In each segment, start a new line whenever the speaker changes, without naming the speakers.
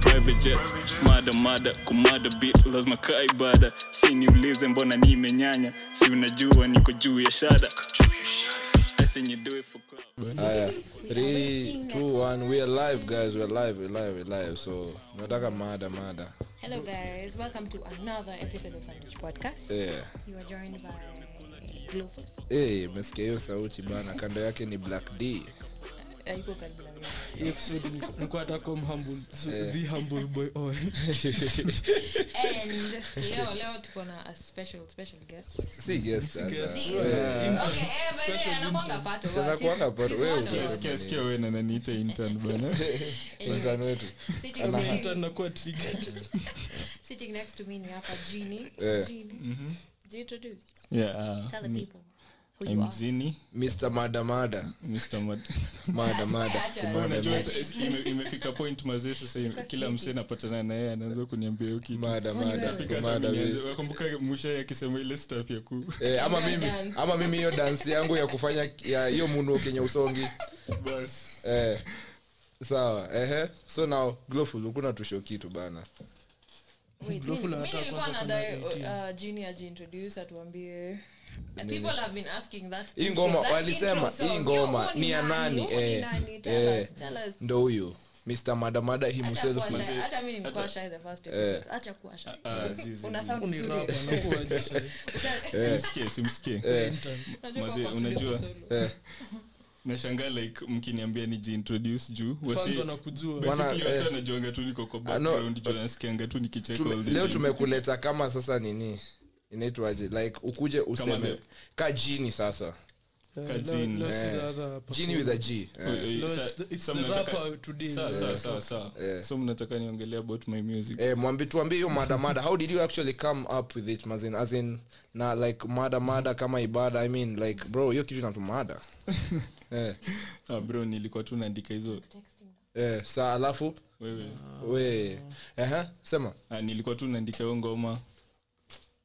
private jets mada mada kumada bit lazima kaa ibada si niulize mbona nimenyanya si unajua niko juu ya shada I say you do it for clout.
haya 3 2 1 we are live guys we are live we are live we are live so nataka mada mada
Hello, guys. Welcome to another episode of Sandwich Podcast.
eh
You are joined by Global.
eh umesikia hiyo sauti bana kando yake ni black d
Aiko karibu na mimi.
Hii episode ni- ni kwa Atacom Humble, so
Eh.
the humble boy Oh. Owen.
And leo leo tuko na a special special guest.
si guest sasa
Si-
Eh,
Okay, eh, by the way, anakuanga part of us.
Sasa kuanga
He's-
part-
he's
wewe
one of
uko-
us.
Sikia, sikia
we nananiita intern bana
Anyway,
intern wetu
sitting-
Sasa
sitting-
nakuwa triggered.
Sitting next to me ni hapa Jeannie.
Eh.
Jeannie, do you introduce?
yeah, uh,
Tell the
Mm-hmm.
people who you
I'm
are.
Zini,
mr mada mada
Mr. Mad-
mada mada
Acha.
kumada
Unajua
mada
sa- sa- ime- imefika point mazee sasa kila msee napatana naye anaanza kuniambia hiyo kitu.
mada mada
Fika hata
kumada
mimi
we
nianze- wakumbuka mwisho akisema ile stuff ya ku
Eh, ama
Kumada
mimi
dance.
ama mimi hiyo dansi yangu ya kufanya ya hiyo munu kenye usongi
bas
eh, sawa ehe so now glowful ukuna tusho kitu bana
Wait,
Glowful
mimi-
anataka
mimi nilikuwa
kwanza
nadai,
kuna idea.
uh, Jeannie ajiintroduce, atuambie. People have been asking that
Hii
intro,
ngoma,
that
walisema,
intro song.
hii ngoma,
Huyu
ni ya nani?
Huyu ni
Eh,
nani? Tell
eh.
us, tell us.
ndo huyu mr madamada
Acha
himself
kuwa
man.
shy. Hata mimi nilikuwa shy the
Eh.
first episode. Acha kuwa shy.
Ah, zizi.
Una sound
Ni
nzuri.
rapa, nakuwa aje.
simsikie simsikie
Intern.
Unajua
Mazee,
kwa studio
unajua.
kwa solo.
Eh,
nashangaa like mkiniambia nijiintroduce juu
Fans
wasi
wanakujua.
Wana-
basically wasi
eh.
wanajuanga tu niko kwa
Ah, no.
background juu nasikianga tu nikicheka
tume-
all the
leo
time.
tumekuleta kama sasa nini inaitwaje like ukuje useme
the-
ka jini sasa
Eh,
Kajini.
leo- leo si
Eh.
the other person.
jini with a g
Eh,
eh.
eh,
No,
sa-
it's the- it's
sa
the
mnataka-
rapper today.
sawa,
Eh.
sawa, sawa, sawa.
Eh.
so mnataka niongelea about my music
Eh, mwambi tuambie hiyo mada mada how did you actually come up with it mazin as in na like mada mada kama ibada i mean like bro hiyo kitu inatumada eh,
ah, bro nilikuwa tu naandika hizo
Texting.
eh, saa alafu
wewe
we ehe, sema
ah, nilikuwa tu naandika hiyo ngoma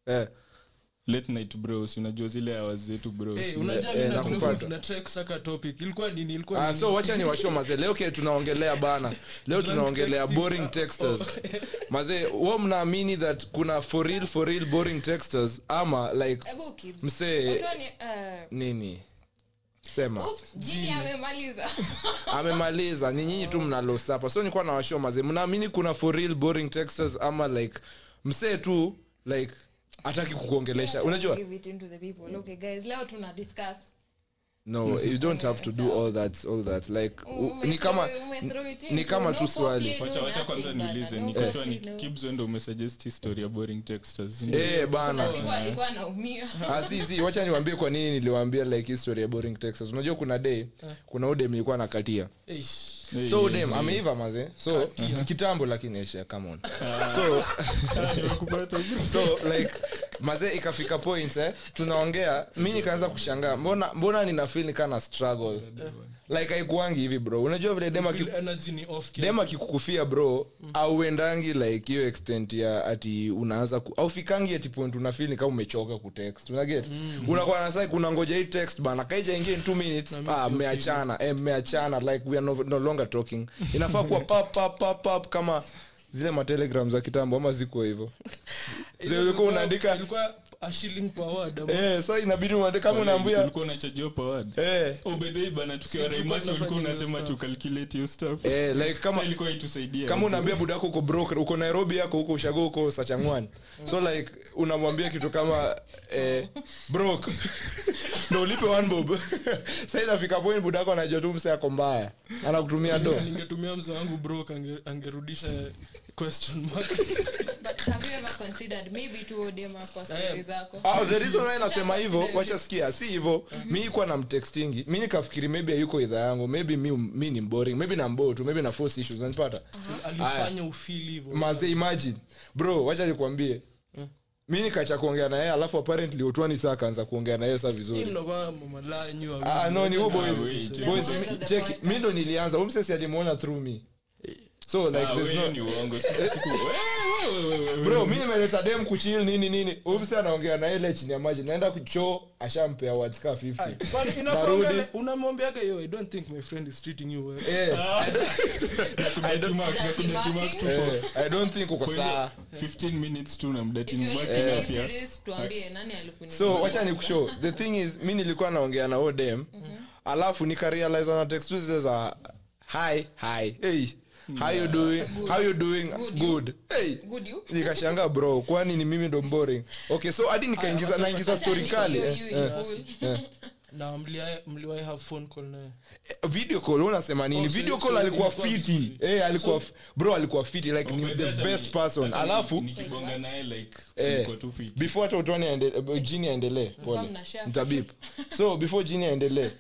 eh,
late night bros unajua zile hours zetu bros
Eh, unajua
Eh,
mimi na
nakupata.
Glowful tunatry kusaka topic. Ilikuwa nini? Ilikuwa
ah,
nini?
so wacha ni washo mazee leo ke tunaongelea bana leo tunaongelea boring texters mazee wa mnaamini that kuna for real for real boring texters ama like
Ebu ukibs.
msee
Utuone, eh,
nini sema
oops, Jeannie amemaliza.
amemaliza ni nyinyi tu mnalosapa so nilikuwa na washo mazee mnaamini kuna for real boring texters ama like msee tu like hataki kukuongelesha unajua
Give it into the people. Okay, guys, leo tuna discuss.
no you don't have to do all that all that like u,
Ume-
ni kama
umethrow it
ni
into
kama
no
tu swali
foreplay,
wacha
no
wacha kwanza
nothing, bana.
niulize
No
niko sure ni
foreplay, no.
kibzo ndo umesuggest history ya boring texters
eh bana
Kuna siku alikuwa anaumia.
Ah, si si wacha niwambie kwa nini niliwaambia like history ya boring texas unajua kuna day kuna udem ilikuwa nakatia
Eish.
Eh,
so
eh,
udem
eh,
ameiva maze so kitambo lakini aisha come on so
nimekupata bro.
so like mazee ikafika point eh, tunaongea mi nikaanza kushangaa mbona mbona nina feel nikaa na struggle like haikuangi hivi bro unajua vile dem aki-
Feel energy ni off kiasi.
dem akikukufia bro auendangi like hiyo extent ya ati unaanza ku, aufikangi ati point unafil ni kama umechoka kutext unaget unakuwa nasa unangoja hii text bana kaijaingia in two minutes ah, mmeachana eh, mmeachana like we are no, no longer talking inafaa kuwa pap pap pap pap kama zile matelegram za kitambo ama ziko hivyo
Hizo
Zile ulikuwa unaandika
Eh, ilikuwa a shilling per word ama-
eh, sa inabidi uande kama unaambia
ulikuwa unachajua pawad
eh,
obedei bana tukiwa
tulikuwa
raimasi ulikuwa
tunafanya hizo
unasema
stuff.
tu calculate hiyo stuff
eh, like kama
Sasa ilikuwa itusaidia
kama unaambia buda yako uko broke uko nairobi yako huko ushago uko sachangwani so like unamwambia kitu kama eh, broke ndo ulipe one bob sa inafika point buda yako anajua tu mse ako mbaya anakutumia do
ningetumia mzee wangu brok angerudisha question mark
But have you ever considered maybe tu odema kwa
Eh.
story zako?
Ah, the reason why nasema hivyo washasikia si hivyo mi ikuwa na mtextingi mi nikafikiri maybe hayuko idhaa yangu maybe mi, mi ni mboring maybe na mboo tu maybe na force issues nanipata
alifanya ufili hivo
maze imagine bro wacha nikuambie mi nikacha kuongea na yeye alafu apparently utwani saa akaanza kuongea na yeye saa vizuri
mnakuwa mamalanyu
Ah, no ni huyo boys
wait.
boys
The boys
mi-
of the
check
podcast.
mi ndo nilianza umsesi alimuona through me so like
Ah,
there's
wewe
no Eh,
ni uongo siku- siku- wewe,
bro mi nimeleta dem kuchil nini nini umse anaongea na ile chini ya maji naenda kuchoo ashampea words ka 50
Kwani
Narudi.
unapoongea- unamwambiaga yo i don't think my friend is treating you well
Eh,
Ah. Tumark, na kuna tumark tu.
eh, i don't think uko
Kwa hizo
sawa
15 minutes tu unamdate,
If you
unabaki
listen
happy,
to
ah.
this, tuambie, nani alikunyima?
Eh. so wacha ni kushow the thing is mi nilikuwa naongea na odem mm-hmm. alafu nikarealize ana text tu zile za hi hi hey
Hmm.
how you doing how you doing good,
Good.
hey
Good you?
nikashanga bro kwani ni mimi ndo boring okay so hadi nikaingiza naingiza
Wacha
story
ni-
kali
you-
eh,
you
eh.
fool.
na mliwahi- mliwahi have phone call naye
Eh, video call unasema nini
Oh, so-
video
so
call alikuwa
ilikuwa
fiti
vizuri.
eh alikuwa f- bro alikuwa fiti like ni
Umejua
the
hata
best
ni-
person
hata ni-
alafu
nikibonga naye like
Eh.
niko tu fit.
before hata utoni aende- eh, jini aendelee pole
mnashare.
mtabip so before jini aendelee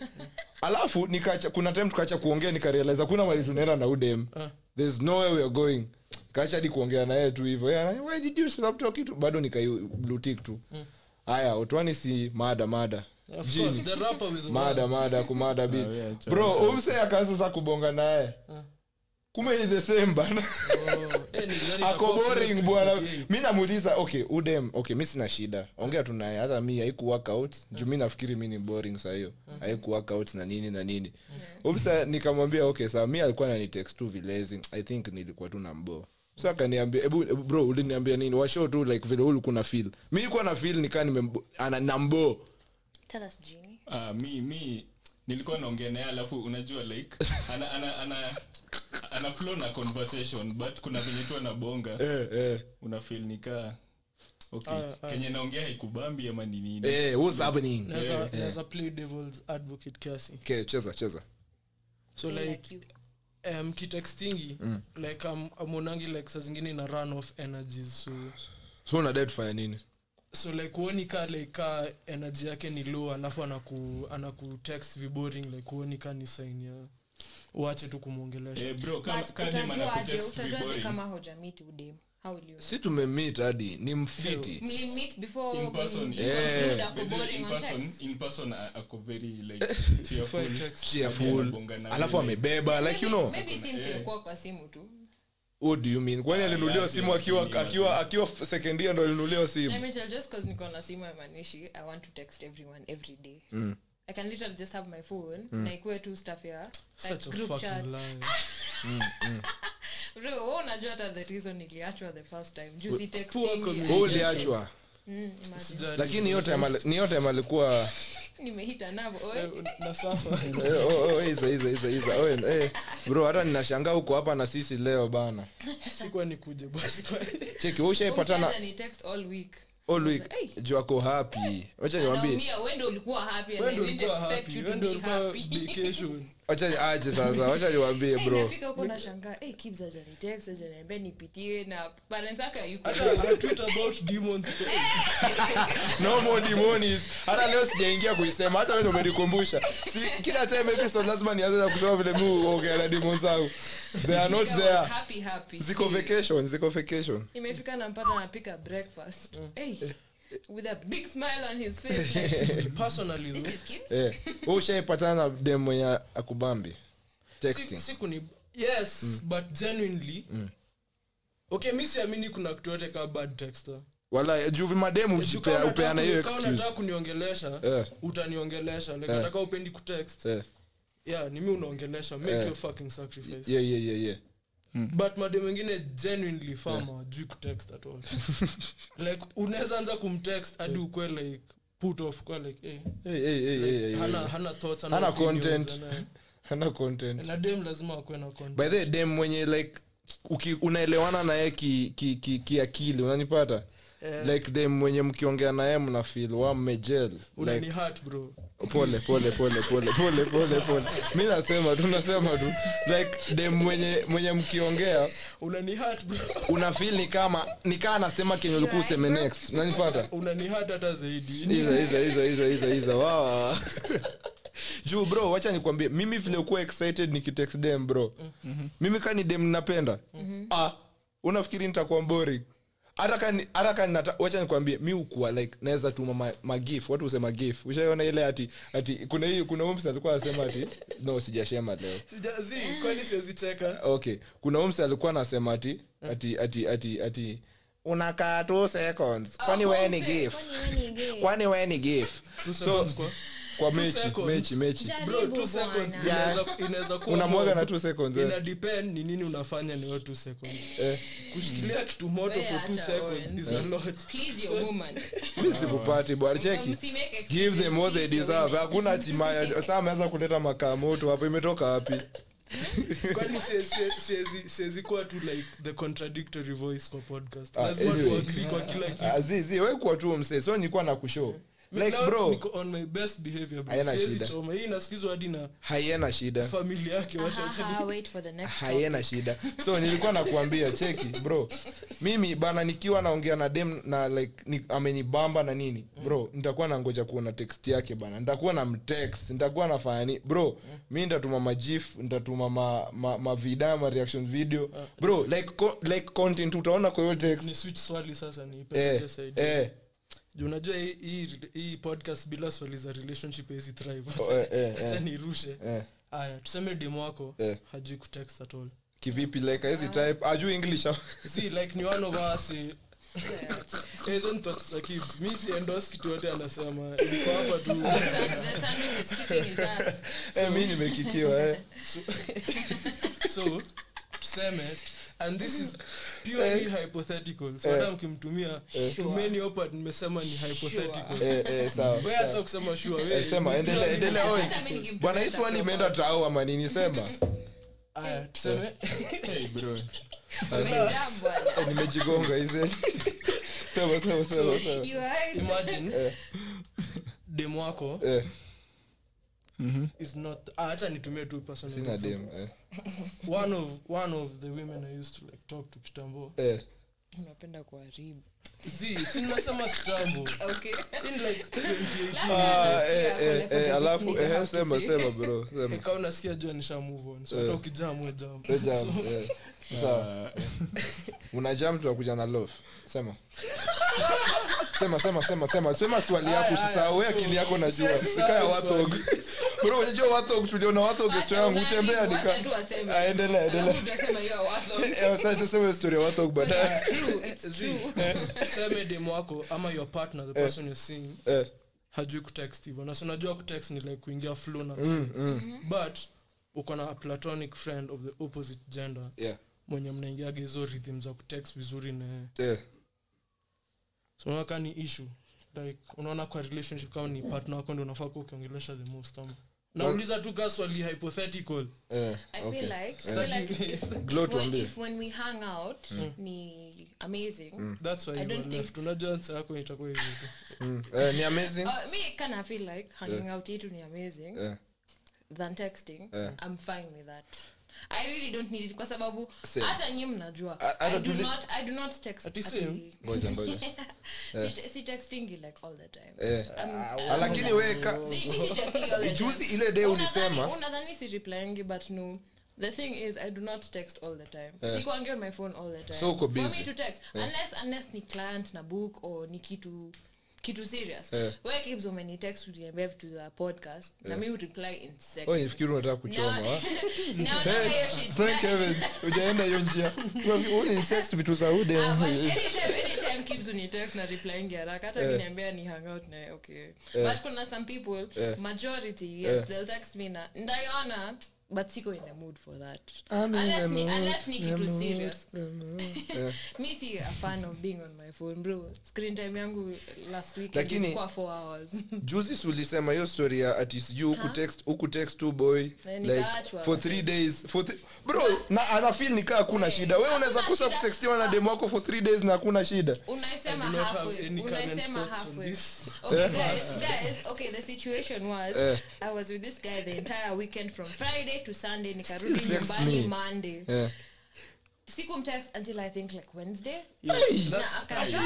alafu nikacha kuna time tukaacha kuongea nikarealize kuna mali tunaenda na udem
Ah.
there's nowhere we are going kaacha hadi kuongea naye tu hivyo Yeah, na- why did you stop talking to bado nikaiblutik tu
Mm.
haya utwani si mada mada
of
Jini.
course the rapper with the
mada
words.
mada kumada bi
Ah, yeah, cha-
bro umse akaanza sasa kubonga naye kume ni the same bana
Oh, eh, ni gari
ako
itakuwa
boring
368.
bwana mi namuuliza okay udem okay mi sina shida ongea tu naye hata mi haiku work out juu mi nafikiri mi ni boring saa hiyo haiku work out na nini na nini umsa nikamwambia okay saa mi alikuwa nanitext tu vilezi i think nilikuwa tu nambo sa kaniambia ebu ebu, bro uliniambia nini washo tu like vile ulikuwa na feel mi nilikuwa na feel nikaa nimenambo
Tell us, Jeannie.
Ah, mi mi nilikuwa naongea naye alafu unajua like ana ana ana ana flow na conversation but kuna venye tu anabonga
eh, eh.
una feel nikaa okay
Aya, aya.
kenye naongea haikubambi ama ni nini
eh, what's happening Eh,
Naweza- naweza play devil's advocate kiasi
okay cheza cheza
so
They
like
like you.
um, kitextingi like am- amonangi like saa zingine ina run off energies so
so unadai tufanya nini
so like huoni ka like ka energy yake ni low alafu anaku anaku text viboring like huoni ka ni sign ya uache tu kumwongelesha
Eh, bro kama
But
kama dem
utajuaje-
anakutext
utajuaje
viboring,
kama hujamiti udem How will you know?
si tumemit hadi ni mfiti
Mlimit before
in person,
being-
in
Eh.
Muda ako
But then
boring
in
on
person-
text.
in person a- ako very like
Before
cheerful.
text.
Yaani
cheerful
Anagonga naye,
alafu
like,
amebeba like you know
Maybe it
Eh.
seems ilikuwa kwa simu tu
what do you mean
Ah,
kwani alinuliwa
yeah,
yaani
simu akiwa akiwa akiwa sekendia ndo alinuliwa simu
Let me tell you, just 'cause niko na simu haimanishi i want to text everyone every day
Mm.
i can literally just have my phone na ikuwe tu stuff ya like,
such a
group chat Ah!
fucking lie
bro wewe oh, unajua hata the reason iliachwa the first time juu si texting
poor communication.
I
Wewe
just
uliachwa
Mm, imagine.
Sijali.
lakini yote ni yote alikuwa
nimehita navo
Eh,
oe.
nasafa
Eh, oh, oh, iza iza iza iza oh, eh, bro hata ninashangaa huko hapa na sisi leo bana
sikuwa nikuje basi
cheki wewe ushaipatana
Umsiacha ni text all week
all week juu ako happy wacha niwaambie
Anaumia, wewe ndio ulikuwa happy and I
wendo
didn't
ulikuwa
expect
happy
you to
wendo
be
ulikuwa
happy.
vacation
wacha ni- aje sasa wacha niwaambie
Hey,
bro
nafika huko nashangaa hey, Kibz hajanitext, hajaniambia nipitie na parents wake hayuko.
hata hatut about demons
no more demonies hata leo sijaingia kuisema hata wewe ndio umenikumbusha si kila time episode lazima nianze na kusema vile mimi huongea na demons zangu they are not
Nigga was
there
happy, happy.
ziko vacation ziko vacation
imefika nampata napika breakfast
Mm.
hey, with a big smile on his face like,
personally
this
though,
is Kim's?
eh wewe ushaipatana na dem mwenye akubambi
si-
texting Mm.
siku ni yes but genuinely okay mi siamini kuna kitu yote kaa bad texter
wala juu mademu
Kama
ujipea
unataka
upeana
kuni-
hiyo
kama
excuse
unataka kuniongelesha
Eh.
utaniongelesha like hata kama upendi kutext
eh
yeah ni mi unaongelesha make
Eh.
your fucking sacrifice
yeah yeah yeah yeah
but made wengine genuinely fama wajui kutext at all like unaweza anza kumtext hadi
Eh.
ukwe like put off kwa like eh,
hey hey hey, hey, hey, hey.
hana hana thoughts
Hana
opinions,
content.
hana-
hana content
na dem lazima akuwe na content
by the dem mwenye like uki, unaelewana naye kiakili ki, ki, kiakili, unanipata like dem mwenye mkiongea naye mnafil wa mmejel
unani
like,
hurt bro
pole pole pole pole pole pole pole mi nasema tu nasema tu like dem mwenye mwenye mkiongea
unani hurt bro
unafil ni kama ni kaa anasema kenye ulikuwa useme next unanipata
unani hurt hata zaidi
iza iza iza iza iza iza wawa juu bro wacha nikwambie mimi vile kuwa excited nikitext dem bro
Mhm.
mimi kani dem napenda ah, unafikiri nitakuwa boring hata kani hata kani nata, wacha nikwambie mi ukuwa like naweza tuma ma, magif watu usema gif ushaiona ile ati ati kuna hii kuna umsi alikuwa anasema ati no sijashema leo
Sija- zi, kwani siwezi cheka
Mm.
okay kuna umsi alikuwa anasema ati ati ati ati ati unakaa two seconds kwani
Oh,
wewe ni
mse,
gif
kwani wewe ni gay?
kwani wewe ni gif
Two
So-
seconds kwa-
kwa mechi
seconds.
mechi mechi
Jaribu
bro two
bwana.
seconds
Yeah.
inaweza- inaweza kuwa
unamwaga na
more.
two seconds eh.
ina depend ni nini unafanya ni hiyo two seconds
eh.
kushikilia kitu moto
Mm. Wewe
for two
acha
seconds
Owen.
is
Mm.
a lot
Please, your woman.
mi sikupati bwana cheki
Msi make excuses,
give them what they
please, your
deserve
women.
hakuna chimaya saa ameanza kuleta makaa moto hapo imetoka wapi
kwani sie- sie- siezi- siezi kuwa tu like the contradictory voice kwa podcast
Ah,
lazima
anyway.
tuagri kwa kila kitu
Ah, zi zi we kuwa tu msee so nilikuwa na kushow like
Now
bro
niko on my best behavior bro.
Haina
Siezi
shida.
choma hii inasikizwa hadi na
haiena shida
familia yake wacha- wacha
Aha, wait for the next
haiena shida so nilikuwa nakuambia cheki bro mimi bana nikiwa naongea na dem na like ni, amenibamba na nini bro nitakuwa nangoja kuona text yake bana nitakuwa na mtext nitakuwa nafanya ni bro mi nitatuma majif nitatuma ma, ma, ma vida ma reaction video bro like co- like content utaona kwa hiyo
ni
text
switch swali sasa
eh,
niipeleke side
eh,
Juu unajua hii- hii hii podcast bila swali za relationship haezi thrive
oh, eh, eh,
acha
eh,
nirushe
eh.
aya tuseme demo wako
Eh.
hajui kutext at all
kivipi like hawezi type ajui english
see like ni one of us eh,
talk.
hizo ni thoughts za kid. mi si endorse kitu yote anasema niko hapa tu
The sandwich is kicking his ass.
eh, mi nimekikiwa eh.
so tuseme and this is purely
Eh.
hypothetical so hata mkimtumia tumeni hiyo part nimesema ni hypothetical
eh, eh, sawa
we hata kusema sure
Eh, sema
we
endelea endelea oi.
Hata mimi nikimpeleka
bwana hii swali
kwa-
imeenda tao ama nini sema
aya tuseme
Hey, bro.
Umejaa bwana.
Eh, nimejigonga hizi sema sema sema sema
You heard?
imagine
Eh.
demo wako
Eh,
is not ah, hata nitumie tu personal
sina
example.
dem eh,
one of one of the women i used to like talk to kitambo
eh.
unapenda kuharibu
z sinasema kitambo
okay.
in like 2018
Ah, eh,
Yeah,
eh,
kuna-
eh,
kuna
alafu
sneaker
eh,
hapo
sema
si-
sema bro sema
kaa unasikia jua nisha move on so
Eh.
hata ukijaa mwe jam
Eh, jam eh. sawa
Ah,
una jam tunakuja na love sema sema sema sema sema sema swali yako
Aya,
usisahau we
aya, so-
akili yako najua
Siwezi
sikaya
sahau
wathog bro unajua wathog tuliona wathog
Wacha
story yangu
udhani,
tembea
wacha
nika
tu aseme.
Ah, endelea endelea
Alafu utasema you are worth all.
Eh, sasa tuseme story ya wathog baadaye
It's true, it's
Zee,
true.
seme demu wako ama your partner the person you're seeing
eh.
hajui kutext hivyo na si unajua kutext ni like kuingia flow na mm, but uko na a platonic friend of the opposite gender
yeah.
mwenye mnaingiaga hizo rhythm za kutext vizuri na
yeah.
so unaona kaa ni issue like unaona kwa relationship kama ni partner wako ndio unafaa kuwa ukiongelesha the most ama nauliza tu ka swali hypothetical
Eh,
I
okay.
feel like, I feel like if,
Glow
if, when,
tuambie.
if when we hang out
Mm.
ni amazing
that's why
I
you
don't
are
think-
left unajua answer yako itakuwa hivi tu
Mm. Eh, ni amazing
Uh, me kind of feel like hanging out yetu ni amazing
Yeah.
than texting
Yeah.
i'm fine with that i really don't need it kwa sababu
Same.
hata nyi mnajua
A- hata
i do
tuli-
not i do not text
Ati
ati-
same.
ngoja ngoja
si, si textingi like all the time
eh.
I'm-
Ah, lakini weka
Si- mi si textingi all the time.
juzi ile day
Unadhani-
ulisema
unadhani si replyangi but no the thing is i do not text all the time siko angi on my phone all the time
Eh. So uko
for
busy. Eh.
me to text unless unless ni client na book or ni kitu kitu serious
Eh.
we kibs umeni text uniambia vitu za podcast na mi ureply in
oh,
second
nifikiri unataka kuchoma
Now-
wa?
now
Eh,
hiyo shit
thank heavens ujaenda hiyo njia unitext vitu za ude
Ah, but anytime- anytime kids unitext na replying haraka
Eh.
hata ukiniambia ni hangout naye okay but kuna some people
Eh.
majority yes they'll text me na ndaiona but siko in the mood for that
I'm in the
unless ni,
mood,
unless ni
the
kitu
mood,
serious mi si a fan of being on my phone bro screen time yangu last week
Lakini-
ilikuwa 4 hours
juzi si ulisema hiyo story ya ati sijui huku text huku text tu boy like
nikaachwa.
for three days for three, bro na anafeel nikaa hakuna
Eh,
shida wewe unaweza
hakuna
kosa
shida.
kutextiwa na demu wako for three days na hakuna shida
unaisema
I do not have
halfway
any current
unaisema
thoughts on
halfway
this.
okay guys guys okay the situation was
Eh.
i was with this guy the entire weekend from friday to sunday
Still
nikarudi
text
nyumbani
me.
monday
yeah.
sikumtext until i think like wednesday
hey,
na akata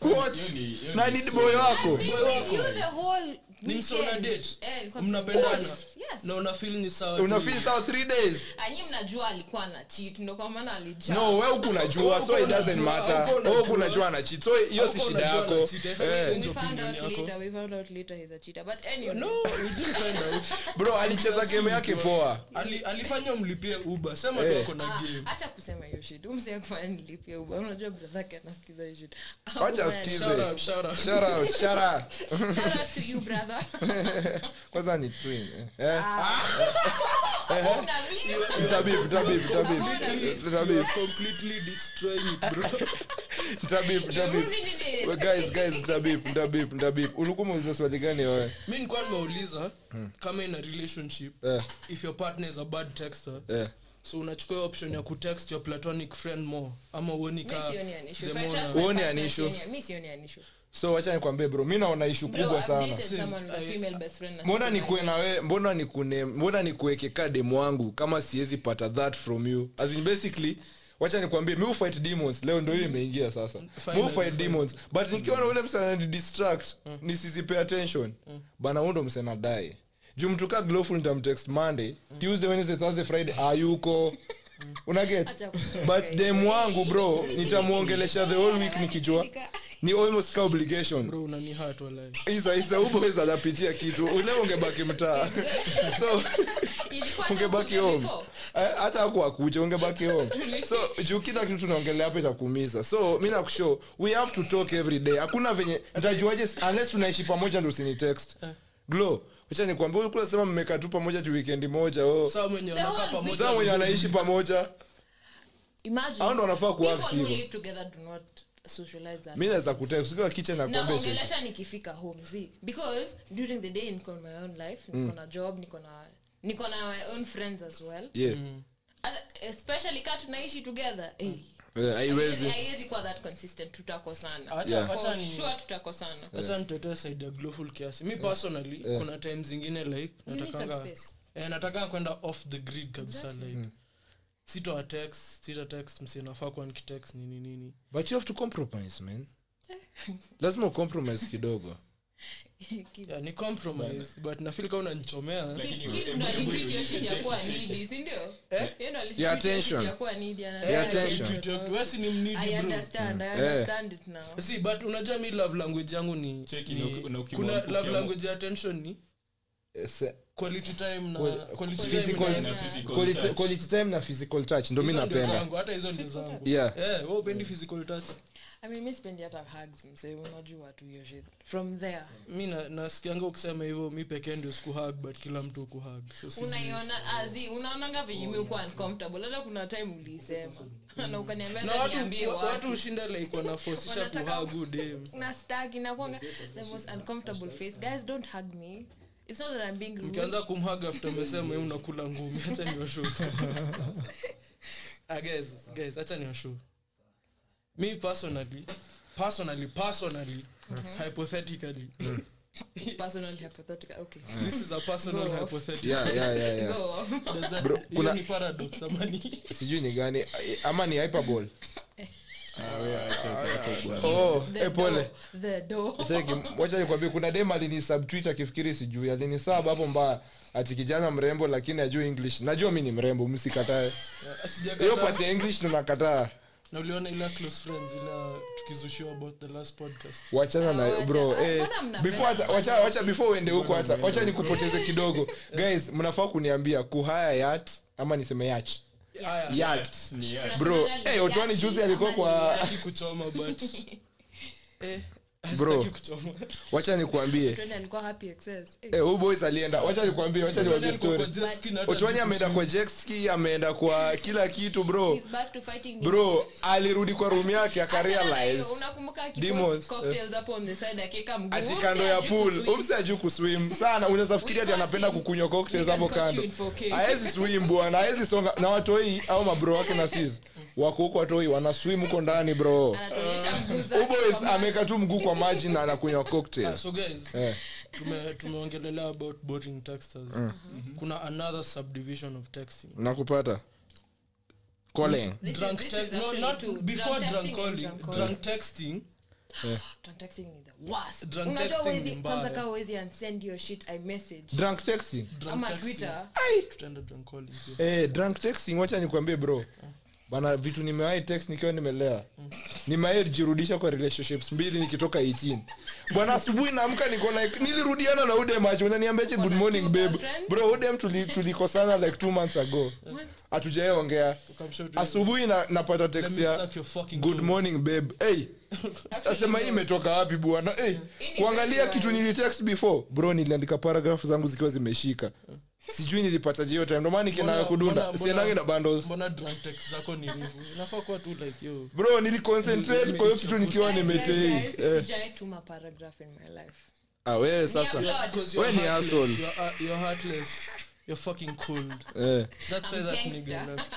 what
hiyo ni- hiyo
na
ni
ni
so-
boy wako
Been with you the whole
Ni mse una
Weekend.
date.
Eh, alikuwa
Mnapendana.
mse- Yes.
na unafil ni sawa
unafil sawa three days
anyi mnajua alikuwa na chit ndo kwa maana alijaa.
no we ukunajua so it doesn't
unajua,
matter
huko unajua.
we ukunajua na cheat so hiyo si
Huko
shida
unajua na
yako
cheat. I
Eh,
think
We
Change
found
opinion
out
yako.
later, we found out later he's a cheater. But anyway,
no we didn't find out
bro alicheza game yake poa
Ali- alifanya umlipie uba sema
Eh.
tu ako na
Ah,
game
acha kusema hiyo shit umse akufanya nilipie uba unajua bradhake anasikiza hiyo shit Oh,
Wacha
Uba,
asikize.
Shout out, shout out.
Shout out, shout out.
shout out to you brother
kwanza ni twin, eh. Eh,
Ah.
Una real-
mtabibu, mtabibu, mtabibu.
You
Mtabibu,
are completely destroying it, bro.
mtabibu,
you're
mtabibu.
ruining it.
We guys, guys, mtabibu, mtabibu, mtabibu. ulikuwa umeuliza swali gani wewe
mi nikuwa nimeuliza kama ina relationship
Hmm. Eh.
if your partner is a bad texter
Eh.
so unachukua hiyo option ya kutext your platonic friend more ama uoni
Mi
uh,
ka
sioni an issue.
the
If I
more
trust
na-
my
Uone an
partner,
issue.
sioni- mi sioni an issue.
so wacha nikwambie bro mi naona ishu
Bro,
kubwa
I've
sana
dated someone with a
I-
female best friend na
mbona
siku
nikue
na-
na we mbona nikune mbona nikuweke kadem wangu kama siwezi pata that from you as in basically wacha nikwambie mi fight demons leo ndio hiyo imeingia sasa mi
Finally,
fight demons but nikiona ule msana ni distract nisisipe attention bana huyo ndo msana dai juu mtu kaa glowful nitamtext monday tuesday wednesday thursday friday ayuko unaget
Acha
but dem wangu bro nitamwongelesha the whole week nikijua ni almost ka obligation
bro unanihat walai
isa isa uboweza anapitia kitu uleo ungebaki mtaa so
Ilikuwa tangu
ungebaki
before.
home Eh, hata aku akuja ungebaki home so juu kila kitu tunaongelea hapa itakuumiza so mi nakusho we have to talk every day hakuna venye ntajuaje unless tunaishi pamoja ndo usini text glo wacha nikwambia ulikuwa sema mmekaa tu pamoja tu weekend moja oh.
saa mwenye
The
wanakaa
whole
pamoja
saa mwenye anaishi pamoja
Imagine,
Hao ndo wanafaa ku act
people who
hivyo.
live together do not socialize that
mi naweza kutext ukiwa kiche
na
nakwambia
ongelesha nikifika home zi because during the day niko on my own life
Mm.
niko na job niko na niko na my own friends as well
yeah
Ata- especially ka tunaishi together eh,
Eh, haiwezi
haiwezi kuwa that consistent tutakosana
Acha-
Yeah.
acha
For
ni-
sure tutakosana
acha nitetee side ya glowful kiasi mi personally kuna time zingine like
You need some
natakanga
space.
eh, nataka kwenda off the grid kabisa like sitoa text sita text msinafaa kuwa nikitext nini nini
but you have to compromise man lazima ucompromise kidogo
Kid-
yeah, ni compromise but nafil ka unanichomea
kid ndo alitreat hiyo shit ya kuwa needy, si ndio? Yeye ndo alitreat hiyo
attention.
shit ya kuwa needy, ana-
Eh,
attention.
tweet yako, wesi ni mnidi
I
bro
understand, I
Eh.
understand it now.
si but unajua mi love language yangu ni,
Cheki na uki- na
ni
ukiamua-
kuna love
ukiamua-
language ya attention ni
Eh, se-
quality time na
Quali-
Uh, quality
physical-
time na-
Na physical
Quality-
touch.
quality time na physical touch ndo mi
Hizo ndio
napenda
zangu, hata hizo ndio zangu
Yeah.
Eh, wewe upendi physical touch
I mean, mi sipendi hata hugs, msee, unajua tu hiyo shit. From there.
mi na- nasikianga ukisema hivyo mi pekee ndio sikuhag but kila mtu kuhag so si-
unaiona azi unaonanga venye mi ukuwa uncomfortable hata kuna time uliisema na ukaniambia
na
hata
watu-
niambie
wa-
watu
watu hushinda like wanafosisha
Wanataka-
kuhag udem
na stuck inakuanga the most uncomfortable face guys don't hug me it's not that i'm being rude
ukianza kumhag after umesema yeye unakula ngumi hacha niwashu ah, guys, guys, hacha niwashu mi personally personally personally
Mhm.
hypothetically
personal hypothetical okay
Mm.
this is a personal
Go off.
hypothetical
Yeah, yeah, yeah, yeah.
go off
Does that-
Bro,
hiyo
kuna-
ni paradox amani
sijui ni gani ama ni hyperball
Ah,
Ah, Oh,
the
eh,
door, the door
wacha nikwambie kuna dem alini subtwitter akifikiri sijui alini sub hapo mbaya ati kijana mrembo lakini ajui english najua mi ni mrembo msikatae hiyo
sijakataa
pati ya english tunakataa
na uliona ila close friends ila tukizushiwa about the last podcast
wachana na
Wacha.
bro
Ah,
eh,
mbona mnapenda
before hata- wacha wacha before uende huko hata wacha nikupoteze kidogo guys mnafaa kuniambia kuhaya yat ama niseme yach
haya
yat
Ni ya-
bro eh, otwani juzi alikuwa kwa
sitaki kuchoma but eh,
Bro.
sitaki kuchoma
wacha nikuambie
Trend alikuwa happy excess Eh,
Eh, huyu boys alienda wacha nikwambie wacha niwambie story otwani ameenda kwa jetski ameenda kwa kila kitu bro
he's back to fighting
bro alirudi kwa room yake akarealize
unakumbuka
Demons.
akipost cocktails hapo on the side akiweka mguu
eh. ati kando ya pool umsi ajuu kuswim sana unaweza fikiri ati anapenda kukunywa cocktails hapo kando aezi swim bwana aezi songa na watoi au mabro wake na sis wako huko watoi wanaswim huko ndani bro
anatuonyesha mguu zake
uboys
Ah, kwa maji.
ameweka tu mguu kwa maji na anakunywa cocktails
so guys
eh.
tume- tumeongelelea about boring texters
Mm.
Mm-hmm.
kuna another subdivision of texting
nakupata calling
This is-
drunk
this
text
is
no
actually
not
two.
before
Drunk
drunk
texting and
calling
drunk calling.
drunk texting
Drunk texting ni the worst.
Drunk
Unajua
texting
huwezi-
ni mbaya.
kwanza kaa uwezi unsend your shit i message
drunk texting
Drunk
ama
texting.
twitter
Ai!
tutaenda drunk calling pia.
eh, drunk texting wacha nikwambie bro bana vitu nimewahi text nikiwa nimelewa nimewahi jirudisha kwa relationships mbili nikitoka 18 bwana asubuhi naamka niko like nilirudiana na udem acho unaniambiaje good
na
morning
two
babe
girlfriends?
bro udem tuli- tulikosana like two months ago hatujaeongea
Ukamshout wewe,
asubuhi na, napata text
"Let me
ya
suck your fucking
good
toes."
morning babe hey nasema hii imetoka wapi bwana hey, kuangalia kitu nilitext before bro niliandika paragraph zangu zikiwa zimeshika sijui nilipataje hiyo time ndomaana
Mbona-
nikinayo kudunda
mbona-
siendange na bundles
mbona drunk text zako ni hivyo? Inafaa kuwa tu like yo
bro niliconcentrate kwa hiyo kitu nikiwa nimetei
nimeteiituma paragraph in my life
Eh. ah, wewe sasa
Ni
because
Wewe
you're
ni
heartless,
asshole.
you're- uh, you're heartless, you're fucking cold.
eh,
That's why
I'm
that
gangster.
nigga left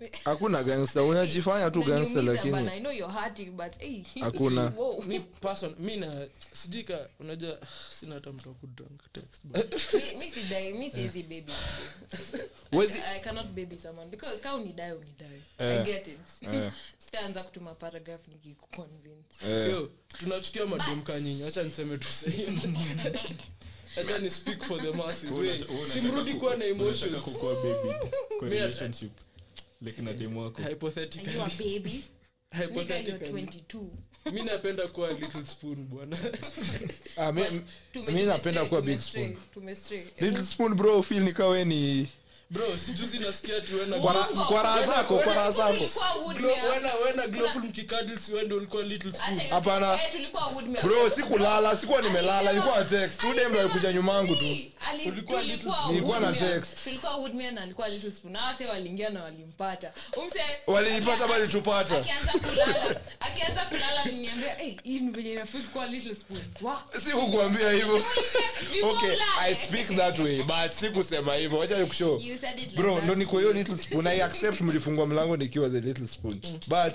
you.
hakuna gangster unajifanya tu gangster
Unaniumiza
lakini
bana, I know you're hurting, but, hey,
Hakuna.
wow.
Mi person- mi na sijui ka- unajua sina hata mtu wa kudrunk text, but-
Mi- mi sidai mi siwezi baby
Eh. Huwezi-
I cannot baby someone because ka unidae unidae
Eh.
i get it sitaanza kutuma paragraph nikikuconvince
eh,
Yo, tunachukia madem ka nyinyi wacha niseme tu sahii. Acha ni speak for the masses,
Wewe
we.
unata- wewe unataka
simrudi
ku-
kuwa na
unataka
emotions
kukuwa baby kwa
Mira-
relationship like na demu wako
Are you
hypothetically
a baby nika you're
hypothetically
22
mi napenda kuwa little spoon bwana
ah, mi- mi-
Tume-
mi napenda
tumestray,
kuwa big
tumestray,
spoon
tumestray.
little spoon bro feel nikawe ni
bro sijuzi nasikia tu wena
kwa ra- kwa raha zako kwa raha zako
Tulikuwa wood
Glo-
mia.
wena wena gloful mkikadils wende ulikuwa little spoon
Acha hiyo-
Hapana.
Eh, tulikuwa wood mia.
bro sikulala sikuwa nimelala ilikuwa text
Alisema-
udem ndo alikuja nyumangu tu
Ali-
Ulikuwa
tulikuwa
little spoon.
Nilikuwa na
Woodmere.
text.
Tulikuwa Woodmere na alikuwa little spoon. Hawa wase waliingia na walimpata Umse-
Walinipata,
aki-
walitupata.
akianza kulala- akianza kulala aliniambia, "Eh, hii ni venye inafeel kuwa little spoon." Wa.
sikukuambia hivyo
Before
okay
ulale.
i speak that way but sikusema hivyo wacha nikushow
You said it like
bro
that.
ndo niko hiyo little spoon i accept mlifungua mlango nikiwa the little spoon but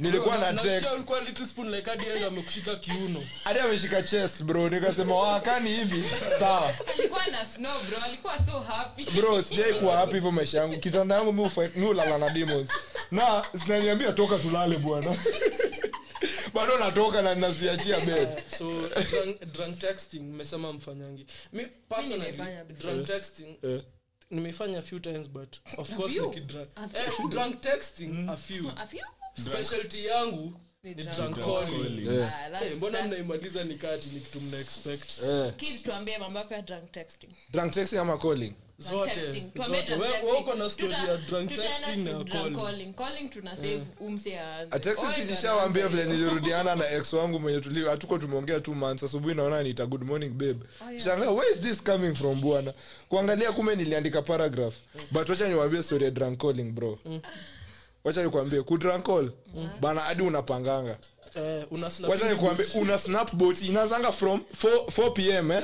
nilikuwa na
Nasikia
text
ulikuwa little spoon like hadi yeye ndo amekushika kiuno
hadi ameshika chest bro nikasema wakani hivi sawa
Alikuwa na snow, bro. Alikuwa so happy.
bro sijai kuwa hapi hivyo maisha yangu kitanda yangu mi ufa- mi ulala na demons na zinaniambia toka tulale bwana bado natoka na naziachia bed
Eh, so drunk, drunk texting mmesema mfanyangi mi personally
nimefanya before.
drunk texting
Eh.
nimeifanya few times but of course
few?
nikidrunk
A few?
eh, drunk
Mm.
texting a few
A few?
specialty yangu
Ni
ni
drunk
drunk
Drunk
calling
calling.
Ah, that's-
Eh, mbona
that's-
mnaimaliza ni kati ni kitu mna expect
Eh,
Kids, tuambie mambo yako ya drunk texting.
drunk texting ama calling
zote zote Wewe- wewe uko na story ya drunk texting na Eh. calling
Ah, ateksi nishawambia vile nilirudiana na ex wangu mwenye tuli hatuko tumeongea two months asubuhi naona niita good morning babe shangaa where is this coming from bwana kuangalia kume niliandika paragraph but wacha niwambie story ya drunk calling bro wacha nikwambie kudrunk call bana hadi unapanganga
eh una snap
wacha nikwambie una snapbot inazanga from 4, 4 pm eh?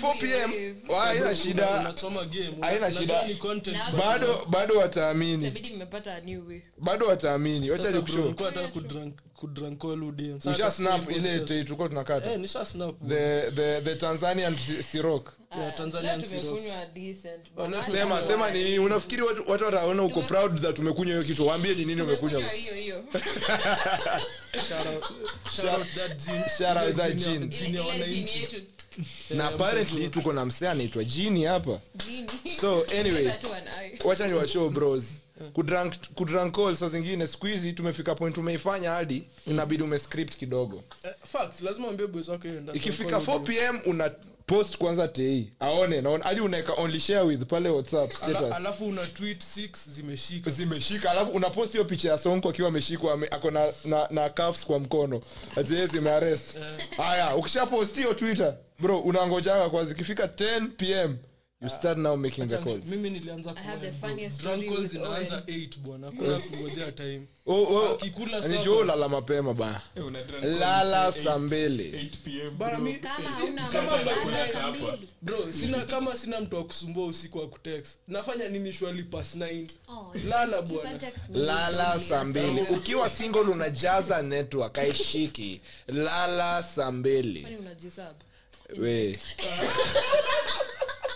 4 pm Wa, haina shida
unachoma game una-
Haina shida.
unajua ni content
Na-
but-
bado bado wataamini
inabidi mmepata a new way
bado wataamini wacha
Sasa bro,
nikushow
ulikuwa hata kudrunk kudrunk all udm Sasa
usha
hata
snap
kuliko
ile
test.
tulikuwa tunakata
eh nisha snap
the the the tanzanian Si- siroc
ya
Ah, Leo
Tanzanian Oh, series
tumekunywa decent, but
Unless-
hata
sema
wale-
sema ni nini unafikiri watu watu wataona uko
Tume-
proud za tumekunywa hiyo kitu waambie ni nini umekunywa
Tumekunywa hiyo hiyo
shout out shout out that gene
Shout out that
Junior-
gene.
Ile-
Junior
ile jini
wananchi
yetu
na apparently tuko na msee anaitwa jini hapa
jini.
so anyway
Sasa tu wanayo.
wacha ni washow bros kudrank kudrank call saa zingine siku hizi tumefika point umeifanya hadi inabidi umescript kidogo
Eh, facts lazima ambie boys wako yenda
ikifika 4 pm una post kwanza tei aone naona hadi unaweka only share with pale whatsapp status
alafu una tweet 6 zimeshika
zimeshika alafu unapost hiyo picha ya sonko akiwa ameshikwa ame- ako na, na, na cuffs kwa mkono atie zimearest haya ukishapost hiyo twitter bro unaangojaga kwa zikifika 10 pm you start now making the calls
mimi nilianza
I have the
kuwa-
funniest
drunk
story
calls
with
inaanza
Owen.
8 bwana kuna kungojea time
oh, oh,
Akikula
ni
saba.
jua lala mapema bana
Eh, una drunk calling
lala
say
saa mbili
8 p.m.
Bara mi-
Kama
si-
hauna
kama
mambo,
hakuna-
hata
hapa.
mbili.
bro sina kama sina mtu wa kusumbua usiku wa kutext nafanya nini shwali pas 9
Oh,
lala
you can
bwana
text me.
lala saa mbili
Sawa.
ukiwa single unajaza network aishiki lala saa mbili
Kwani unajisub?
we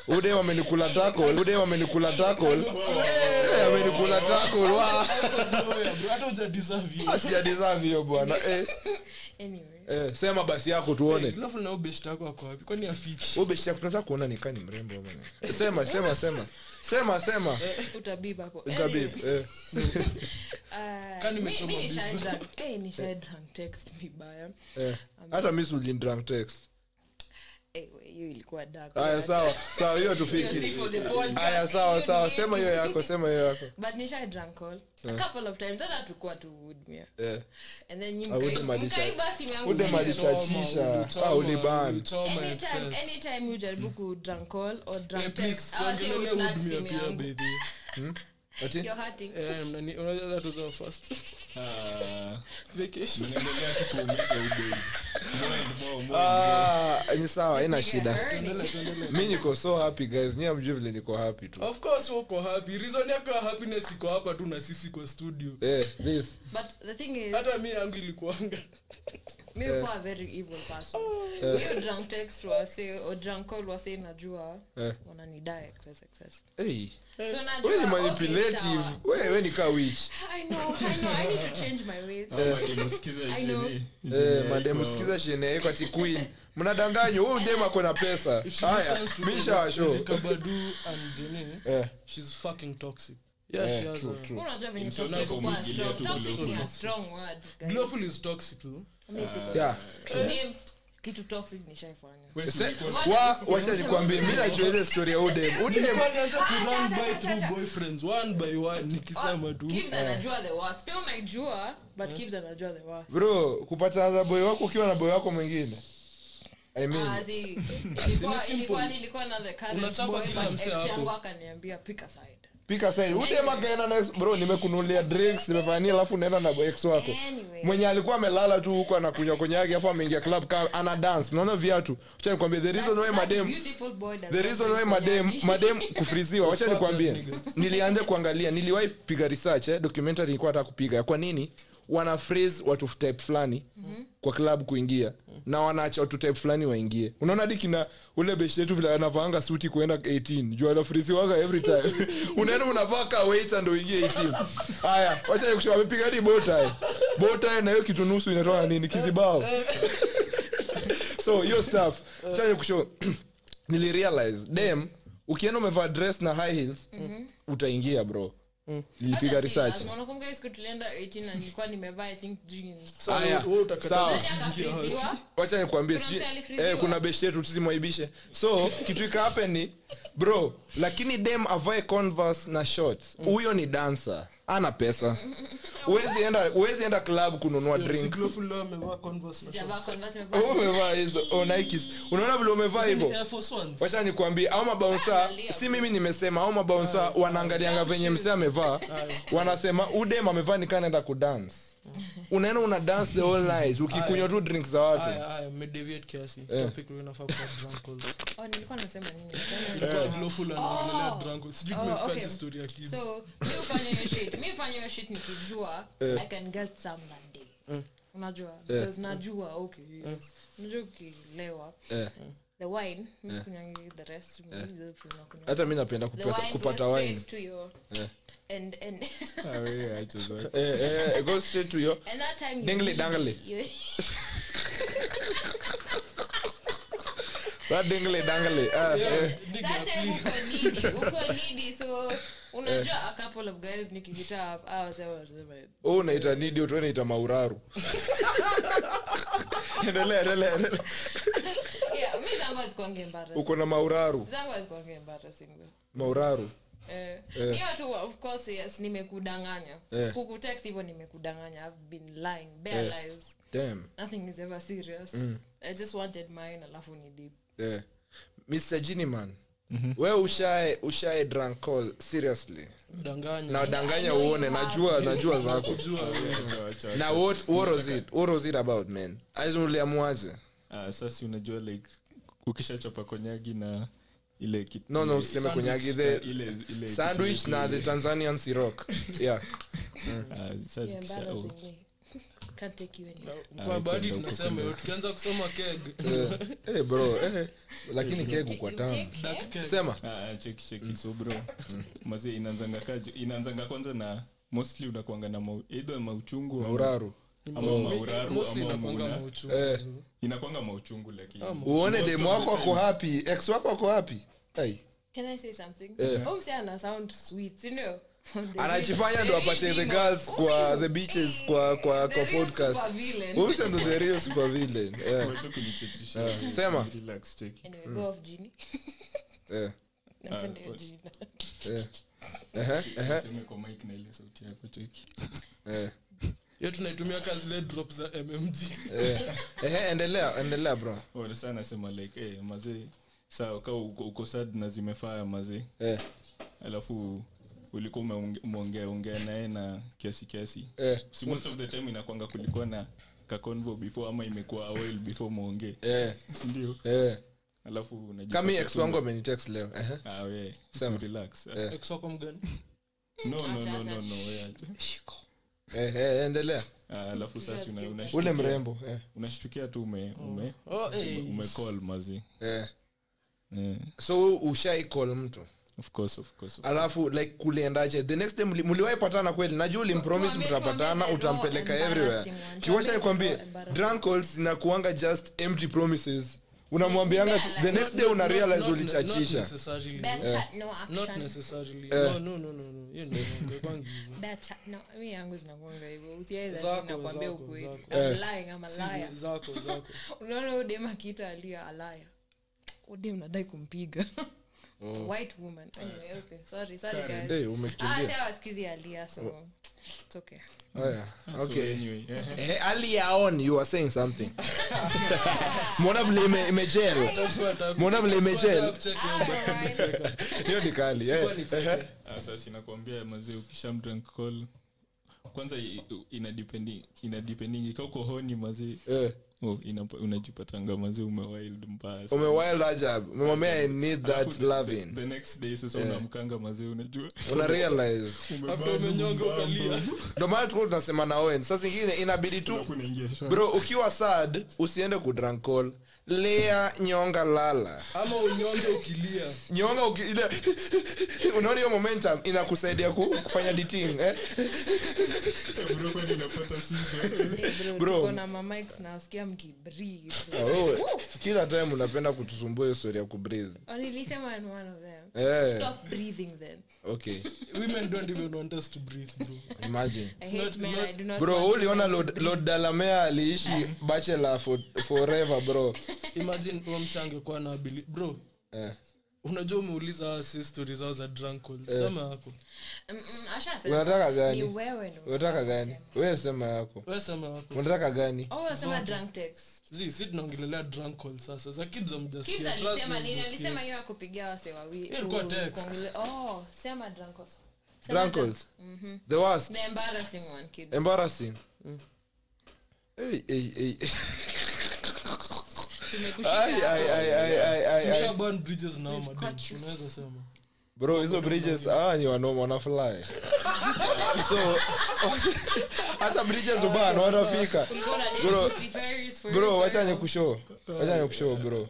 ude wamenikula tako ude wamenikula tako boy amenikula tackle, wa.
hata hujadeserve hiyo.
Asi ya deserve hiyo bwana eh,
anyway
eh, sema basi yako tuone
Alafu na huyo best yako ako wapi? Kwani afiki?
ubeshia tunataka kuona nikani mrembo bwana. sema sema sema sema sema
utabib hapo
Tabib, eh.
Kani
Eh, mi
umechoma
mi
bibi.
nishae drunk eh nishae drunk text vibaya
Eh, hata mi sulindrank text
eh we, hiyo ilikuwa dark
aya sawa sawa hiyo tufiki aya sawa sawa sema hiyo yako sema hiyo yako
but nishae drunk all a couple of times hata tukua tu woodmere
Eh,
and then
Haudemalisha-
nyimkaiba simu yangu
Haudemalisha-
mwenyewe.
Choma,
Chachisha.
ulichoma,
Ah, uliban.
ulichoma
anytime
excess.
anytime you jaribu ku drunk call or drunk
Hmm. Eh,
text
please,
I was
tuongelee
saying, snatch
hudumia
simu
pia,
yangu
baby.
ati?
you're hurting
Eh, mnani- unajua that was our first
Ah,
vacation.
tunaendelea siku umeza udei. More and more, more and more.
Ah, ni sawa haina
Nigga
shida
hurting.
Tuendelee, tuendelee.
mi niko so happy guys nyie hamjui vile niko happy tu
of course uko happy reason yako ya happiness iko hapa tu na sisi kwa studio
eh, this
but the thing is
hata mi yangu ilikuanga
mi
Eh.
kuwa a very evil person hiyo drunk text wase or drunk call wase najua
Eh.
wananidae excess excess
hey.
so najua
we ni
okay,
manipulative
sawa.
we, we ni kaa witch
I know, I know, I need to change my ways.
Msikize
I know.
jini.
Eh, mademu sikiza shene yako ati queen mnadanganywa huyu dem ako na pesa
If she
haya
listens to
mi
Erika-
shawasho
Erika Badu and Jenny,
Eh.
she's fucking toxic yeah,
Eh,
she has
true,
a-
true.
Unajua venye
Mtu
toxic
anapo
kwa
mwingilia
strong-
tu
toxic
glowful.
ni a strong word, guys.
Glowful is toxic tu
Mi si-
Yeah.
Name, kitu toxic nishaifanya
Wewe si
Se-
ulikuwa-
wa- wacha nikwambie mi najua ile story ya huyu dem Huyu dem-
Nilikuwa naanza ku
Acha,
run
acha,
by
acha,
two
acha.
boyfriends, one by one, nikisema tu
Gibbs Ah, anajua the worst. Pia unaijua, but Gibbs anajua the worst.
bro kupatana na boy wako ukiwa na boy wako mwingine I mean,
Ah, zi, ilikuwa-
simple.
ilikuwa- nilikuwa na the current
Unachapa
boy,
kila
but
msee
ex
hapo.
yangu akaniambia pick a side
pika sahi huyu dem akaenda na ex- bro nimekunulia drinks nimefanyia alafu unaenda na ex wako
Anyway.
mwenye alikuwa amelala tu huko anakunywa kwenye yake afu ameingia club ka ana dance unaona viatu acha nikwambie the reason why
That
madem
beautiful boy does
the
not
reason
drink
why madem
konyaki.
madem kufriziwa wacha
Fuck that
nikwambie
nigga.
nilianza kuangalia niliwahi piga research eh, documentary nilikuwa nataka kupiga ya kwa nini wana freeze watu type fulani
Mhm.
kwa club kuingia na wanaacha watu type fulani waingie unaona hadi kina ule beshi yetu vile anavaanga suti kuenda 18 juu anafriziwaga every time unaenda unavaa ka waiter ndo uingie 18 haya wacha nikushauri wamepiga hadi botai botai na hiyo kitu nusu inatoa na nini kizibao so hiyo stuff cha nikusho nilirealize dem ukienda umevaa dress na high heels utaingia bro nilipiga
Hata si
research
lazima. Unakumbuka hiyo siku tulienda 18 na nilikuwa nimevaa i think jeans Yaani
Sasa
Aya,
wewe utakataa
sawa.
kuingia
Nani
hapo.
akafriziwa?
wacha nikwambie
Kuna
sijui
mse alifriziwa.
eh, kuna beshi yetu tusimwaibishe so kitu ikahappen ni bro lakini dem avae converse na shorts huyo ni dancer ana pesa huwezi enda huwezi enda club kununua drink
Glowful leo amevaa Converse na
Sijavaa converse, nimevaa-
Wewe umevaa hizo oh, Nikes unaona vile umevaa hivyo
shorts. Air Force Ones.
wacha nikwambie au mabaunsa si mimi nimesema au
Ah.
mabaunsa wanaangalianga venye msee amevaa wanasema udem amevaa nikanaenda kudance unaenda una dance the whole night ukikunywa
Ah,
tu drink za watu
Aya, aya, mmedeviate
Eh.
kiasi. Topic leo inafaa kuwa drunk calls.
Oh, nilikuwa nasema nini?
Ilikuwa
Eh.
Glowful anaongelea
Oh.
drunk calls. Sijui
Oh,
kumefika
okay.
hadi story ya kids.
so mi hufanya hiyo shit mi hufanya hiyo shit nikijua
Eh.
i can get some that day unajua because najua okay yes. unajua ukilewa
Eh.
the wine mi sikunywangi the rest mi hizo tu nakunywa.
hata mi napenda
the
kupata-
wine
kupata
goes
wine Ah.
straight to your and and
Ah,
Eh, eh, go straight to your
and that time you
Dingle
need-
dangle.
you-
that dingle dangle ah, eh.
Nigga,
that time
please.
uko needy uko needy so unajua a couple of guys nikihita up ah, wazee wanasema,
Oh, unaita nidi tu unaita mauraru endelea endelea endelea.
yeah mi zangu hazikuwangi embarrassing
uko na mauraru
zangu hazikuwangi embarrassing though
mauraru
Eh, hiyo tu of course yes nimekudanganya
Eh.
kukutext hivyo nimekudanganya i've been lying bare lies
damn
nothing is ever serious
Mm.
i just wanted mine alafu ni deep
Yeah. Mr. Giniman, wewe ushae ushae drunk call seriously
Danganya.
na danganya
I know
uone
you have.
najua najua zako
Jua wewe.
na what, what was it what was it about man aizuliamuaje
Ah, sasa unajua like ukishachapa konyagi na ile kit-
no no
ile-
useme
sandwich
konyagi
na
the
ile- ile
sandwich
kitu
na
ile-
the tanzanian siroc yeah
Ah, sasa
Yeah,
kisha- oh.
embarrassingly. can't take you
Ah,
anywhere.
kwa bahati tunasema hiyo, tukianza kusoma keg
Eh, bro eh, lakini kegu kwa tamu
Take care.
dark keg.
sema
Ah, cheki
Mm.
cheki so bro mazi inaanzanga kaje inaanzanga kwanza na mostly unakuanga na mau, either mauchungu ama-
mauraru
ama mauraru
Mostly
ama
inakuanga
mauna
mauchungu.
eh,
inakwanga mauchungu lakini
Ah, uone demu wako ako hapi ex wako ako hapi Ai,
Can I say something? Huyu msee ana sound sweet, si ndio?
Eh. anajifanya ndo apate the girls kwa the beaches kwa kwa kwa podcast umse ndo the real supervillain eh,
Wacha kunichekesha.
sema
Relax, cheki.
Anyway,
Mm.
go off, Jeannie.
eh,
Napenda hiyo
what-
jina.
eh. Ehe, ehe,
Useme kwa mic na ile sauti yako, cheki.
eh,
hiyo tunaitumia kazi zile drop za mmg
eh. Ehe, endelea endelea bro
Wale sana nasema Oh, like eh mazee sawa kama uko, uko sad na zimefaa mazee
eh,
alafu ulikuwa umeonge- umeongea ongea naye na kiasi kiasi
eh,
si most of the time inakwanga kulikuwa na kaconvo before ama imekuwa a while before mwongee
eh,
sindio
eh.
alafu unajipata
kama hii ex
tu-
wangu amenitext leo ehe.
Ah, we,
Sema.
so relax. Ah,
Eh.
Ex wako mgani
no, no, no, no, no, we, acha.
Eh, eh, endelea
Ah, alafu sasa una- unashtukia-
ule mrembo eh,
unashtukia tu ume ume
oh eh
umecall mazi
eh.
Eh,
so ushaicall mtu
of course, of course, of-
alafu like kuliendaje the next day mli- mliwahi patana kweli najua ulimpromise
Tuambie-
mtapatana
tuambie the raw
utampeleka
embarrassing
everywhere
one.
kiwacha
Tuambie
nikwambie
the raw embarrassing.
drunk calls zinakuanga just empty promises unamwambianga
Yeah, like-
the next day una
Not-
realize
not- not
ulichachisha
necessarily.
Better
Eh.
no
Not
action.
necessarily. No, no, no, no, no. Hiyo ni wrong. Haikuangi hivyo.
Better no. Mimi yangu zinakuanga hivyo. Utiaza
Zako,
nakwambia
zako,
ukweli.
zako.
Eh.
I'm lying, I'm a liar.
Sisi, zako zako
unaona huyu dem akiita alia alaya udem nadai kumpiga
Mm.
white woman
Eh.
anyway, okay. sorry sorry guys
Eh,
ah, si
umekimbia
awasikizi alia
Oh.
so it's okay Ah,
Haya, okay
Anyway, eh, eh.
Eh, earlier on you were saying something mbona vile ime- imejel mbona vile imejel
Ah.
hiyo ni kali eh. Eh,
Ah, sasa inakwambia mazee ukisha mdrank call kwanza i- i- inadependi- inadependingi ka uko honi mazee
eh.
oh, inapa- unajipatanga mazee umewild mbaya sana.
umewild ajab umemwambia i need that
Alafu the-
loving
the next day sasa unamkanga mazee unajua
una realize
After umenyonga ukalia.
ndo maana tuko tunasema na owen saa zingine inabidi tu
Alafu unaingia shamba.
bro ukiwa sad usiende kudrankol lea nyonga lala
ama unyonge ukilia
nyonga uki- ile unaona hiyo momentum inakusaidia ku, kufanya dating eh?
Bro, kwani unapata shida?
Bro.
bro na mamics nawasikia mkibreathe
oh, kila time unapenda kutusumbua hiyo story ya kubreathe
Oh, nilisema ni one of them
eh,
stop breathing then
okay
women don't even want us to breathe bro
imagine
i hate
not-
men
not-
i do not
bro
want
uliona
men to
lord
breathe.
Lord dalamea aliishi bachelor for, forever bro
imagine huyo msee angekuwa na abili bro
eh.
unajua umeuliza hawa si stori zao za drunkol sema yako
Mm, mm, ashasema.
unataka
ni
gani
wewe ndo
unataka gani wewe sema yako
we sema yako
unataka gani
oh unasema drunk text
zi si tunaongelelea drunkol sasa za kids
kids
amjasikia
alisema nini alisema yeye akupigia wase wawili
Hiyo ilikuwa text.
Kuongele- oh sema drunk calls. Sema Mhm. drunk
drunkles the worst
The embarrassing one, kid.
embarrassing Ei, ei, ei. Ai, ai,
Tumekushika.
ai, ai, ai, ai, ai.
Tushaburn bridges na hao madem,
cut you.
unaweza sema
bro hizo bridges ah, ni wanoma wanafly so hata bridges ubaya wanafika
Ulikuwa na date
Bro.
Lucy Ferris for
bro
you,
wacha
for you.
nikushow wacha nikushow bro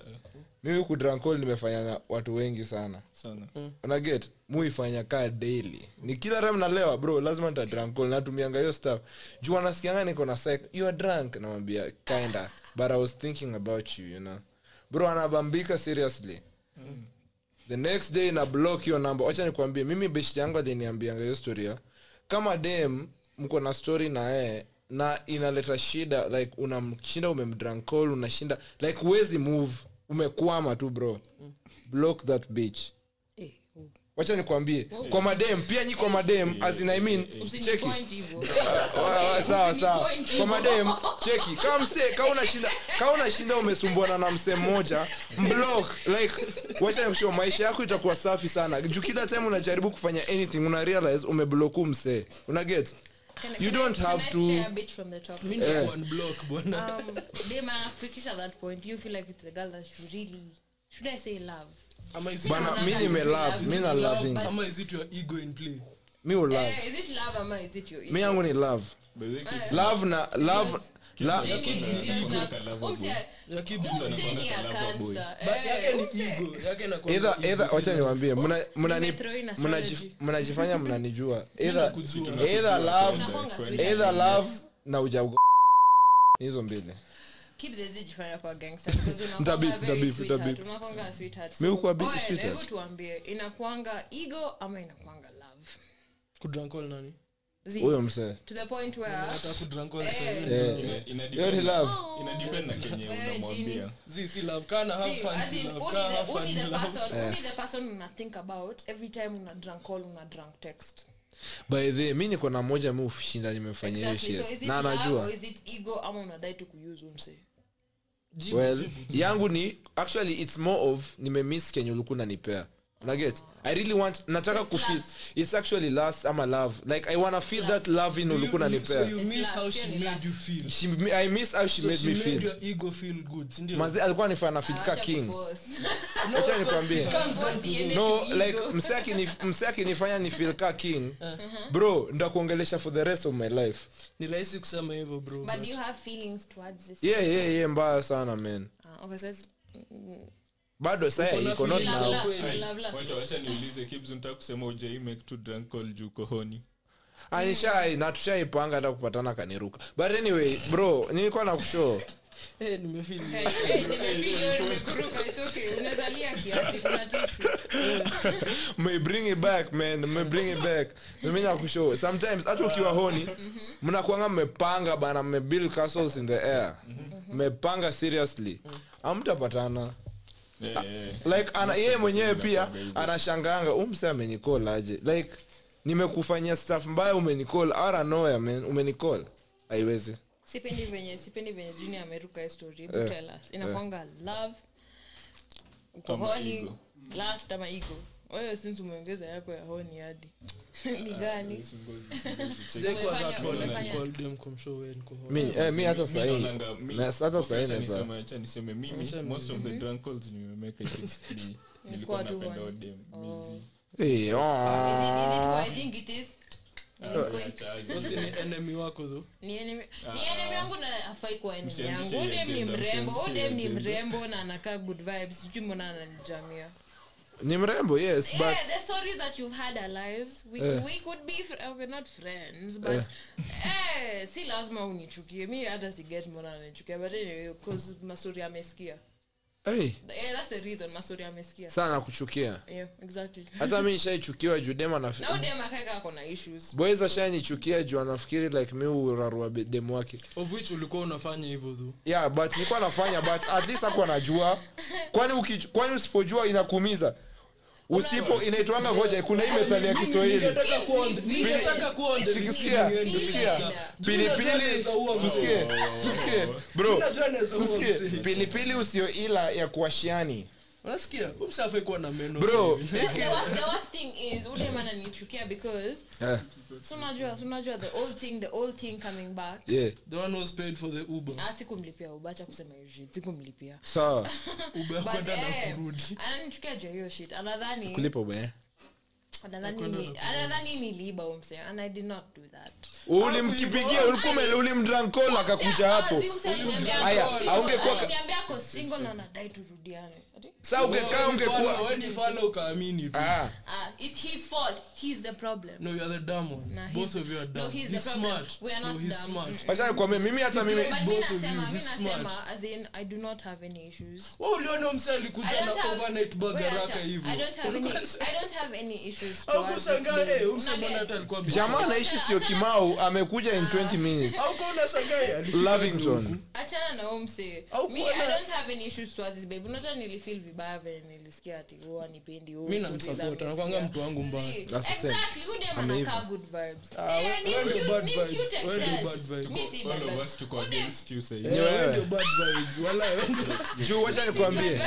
mimi kudrankol nimefanya na watu wengi sana
Sana.
unaget muifanya kaa daily ni kila time nalewa bro lazima nitadrankol natumianga hiyo stuff juu anasikianga niko na sek you are drunk namwambia kinda but i was thinking about you you know bro anabambika seriously the next day na block hiyo namba wacha nikwambie mimi best yangu aliniambianga hiyo story ya kama dem mko na story na yeye na inaleta shida like unamshinda umemdrankol unashinda like huwezi move umekwama tu bro block that bitch
Eh, u-
wacha nikwambie kwa madem pia nyi kwa madem as in I mean cheki
usinipoint hivyo.
Ah, ah, sawa sawa
Usinipoint
kwa
hivyo.
madem cheki kama msee kama unashinda kama unashinda umesumbuana na msee mmoja mblock like wacha nikushow maisha yako itakuwa safi sana juu kila time unajaribu kufanya anything una realize umebloku msee una get
Can I-
You
can I-
don't
can
have
I
to-
stray a bit from the topic?
mi
Eh.
nitakuwa unblock bwana
Um, dem anakufikisha that point, you feel like it's the girl that you really- should I say love?
ama is it-
bana mi nime love mi na loving
ama is it your ego in play
mi u love
Eh, is it Eh, love ama is it your ego?
mi yangu ni love
Eh.
love na love la,
Ya kid-
Eh,
yake ni
mseniakansa
ego yake inakuwa
either
ni
either
ego.
wacha niwaambie mna-
Oops,
mnani-
nimethrow in
mnajif-
astrology.
mnajifanya mnanijua either
Kujua.
either eh, love either love na ujaugo hizo mbili
kibzezijifanya kwa
Nitabeep, nitabeep, nitabeep. Mi hukuwa big sweetheart.
gangstaunakwanga tuambie inakwanga ego ama inakwanga love
Kudrankol nani
Zee,
huyo msee
to the point where
Nataka kudrankol sasa hivi.
Eh, hiyo ni love
Oh,
inadepend na kenye
Wewe
unamwambia
jini.
Zii, si love kana have
See,
fun,
as
si
in,
love,
only
kaa
the-
have
only
fun,
the
love.
person- only the person una think about every time una drunk call una drunk text
by the mi niko na moja mi ushinda nimefanya hiyo
exactly so is
shit
it
na
love
anajua
or is it ego ama unadai tu kuuse umse
Jibu,
well
jibu.
yangu ni actually it's more of nimemiss kenye ulikuwa unanipea unaget i really want nataka
It's
kufeel
lust.
it's actually lust ama love like i wanna feel
Lust.
that love in
You-
ulikuwa
you- so
unanipea
you
It's
miss
last,
how
yeah,
she
ni
made
last.
you feel.
she, i miss how she
So
made
she
me
made
feel
your ego feel good, si ndio?
Manzi, alikuwa nifanya na filka
Ah, Acha
king
kuforce.
acha nikwambie
Kuforce iende
no
kiigo.
like msee akinif- msee akinifanya ni filka king
Uh-huh.
bro ndakuongelesha for the rest of my life
ni rahisi kusema hivyo bro
but
but-
you have feelings towards this
yeah yeah yeah mbaya sana man
Ah, okay, so it's- mm,
bado
Uko
saya
na
iko not
feeling
now
love.
last,
Kweli.
love last.
wacha wacha niulize kibs nitaka kusema ujai make to drunk call juu kohoni
Mm.
anishai na tushaipanga hata kupatana kaniruka but anyway bro nilikuwa na kushow
Eh, nimefeel
Hey, hey, nimepiga, nimekuruka, it's okay. Unaweza lia kiasi, kuna tissue.
may bring it back man may bring it back mimi na kushow sometimes hata ukiwa honi
Mm-hmm.
mnakuanga mmepanga bana mmebuild castles in the air
Mm-hmm.
mmepanga seriously amtapatana
Eh,
Eh,
like ana yeye mwenyewe pia anashanganga umse amenicall aje like nimekufanyia staff mbaya umenicall ara noya man umenicall haiwezi
sipendi venye sipendi venye jini ameruka hii story Hebu tell us inakwanga love uko
Ama
honi
ego.
last ama ego wewe since umeongeza yako ya honi hadi ni gani
sijaikuwa
Umefanya-
that one
umefanya-
and called them kumshow wewe niko home.
mi eh, mi hata sahii
Naonanga mi-
na- hata
Okay,
sahii
acha
naeza
niseme- acha niseme
Niseme
mimi most of the drunk calls nimemeka nilikuwa
Nilikuwa tu
napenda
one. Oh.
odem mizi
Eh,
Is
ah.
it- is it who I think it is? Ni kweli.
Bosi ni enemy wako though
Ni enemy ni enemy yangu na afai kuwa enemy
Msianzishe
yangu
hiyo
udem ni
agenda,
mrembo
msianzishe hiyo
udem ni
agenda.
mrembo na anakaa good vibes sijui mbona ananijamia
ni mrembo yes but
yeah, the stories that you've had are lies. We, we could be fr- uh, we're not friends, but eh, si lazima unichukie. Mi hata si get mbona unanichukia, but anyway, cause mastori amesikia.
hey,
Yeah, that's the reason mastori amesikia.
sana kuchukia
Yeah, exactly.
hata mi nishaichukiwa juu dem
Now
anaf-
dem akaeka ako na issues.
boys ashanichukia juu anafikiri like mi urarua be- demu wake
of which ulikuwa unafanya hivyo though
yeah but nilikuwa nafanya but at least hakuwa najua kwani ukij- kwani usipojua inakuumiza usipo inaitwanga ngoja kuna hii methali ya kiswahili
Ningetaka kuwa on-
Pili-
ningetaka kuwa on the
Sikisikia,
receiving end.
sikisikia.
Juu najua
pilipili
anaweza ua mtu.
usikie usikie
Juu
bro
najua anaweza ua
usikie
mtu.
pilipili usioila ya kuashiani
unasikia Huyu msee hafai kuwa na meno
bro
sasa hivi.
The worst, the worst thing is udem ananichukia because
Eh.
so unajua so unajua the old thing the old thing coming back.
yeah
the one who's paid for the uber
Ah, sikumlipia ubacha kusema hivi, sikumlipia.
sawa
uber ya
But
kwenda na
eh,
kurudi
ananichukia juu ya hiyo shit. Anadhani
kulipa bwe
Anadhani ni- anadhani niliiba huyo msee, and I did not do that.
ulimkipigia ulikume ulimdrankol akakuja hapo
Msee, msee aliniambia ako
Aya,
single,
haungekuwa ka-
aliniambia ako single na anadai turudiane. Ati?
saa ungekaa
Wewe
ungekuwa
wewe ni follow ukaamini tu
Ah,
Ah, it's his fault. He's the problem.
no you are the dumb one
Nah,
both
he's-
of you are
no,
dumb
he's the
he's
problem.
smart
We are
no
not
he's
dumb.
smart
wacha nikwambie mimi hata mimi
But mi
both of you,
nasema, mi
he's smart.
nasema, as in, I do not have any issues.
wewe uliona mse
I
alikuja
don't
na
have-
overnight bag
Wait,
haraka
acha.
hivyo
I don't have any- I don't have any issues towards this
Haukushangaa,
game.
eh, huyu mse
Una
mbona
get?
hata alikuwa busy?
jamaa anaishi sio kimau amekuja in 20 minutes
Haukuwa unashangaa, eh, alifika huku.
lovington
achana na umse
Au
mi
kuona-
i don't have any issues towards this babe unacha nilifeel vibaya venye nilisikia ati oh, huwa nipendi
Mi namsupport, anakuanga mtu wangu mbaya.
That's the same.
udemanakaa good vibes
we-
Eh, ni
Ah, wewe ndio
cute-
bad
ni
vibes.
cute
Wewe ndio
excess.
bad vibes.
Mi si bad
all of us
vibes.
tuko against you
Ni
sahi
Wewe
wewe.
ndio bad vibes, wala wewe ndio-
juu wacha nikwambie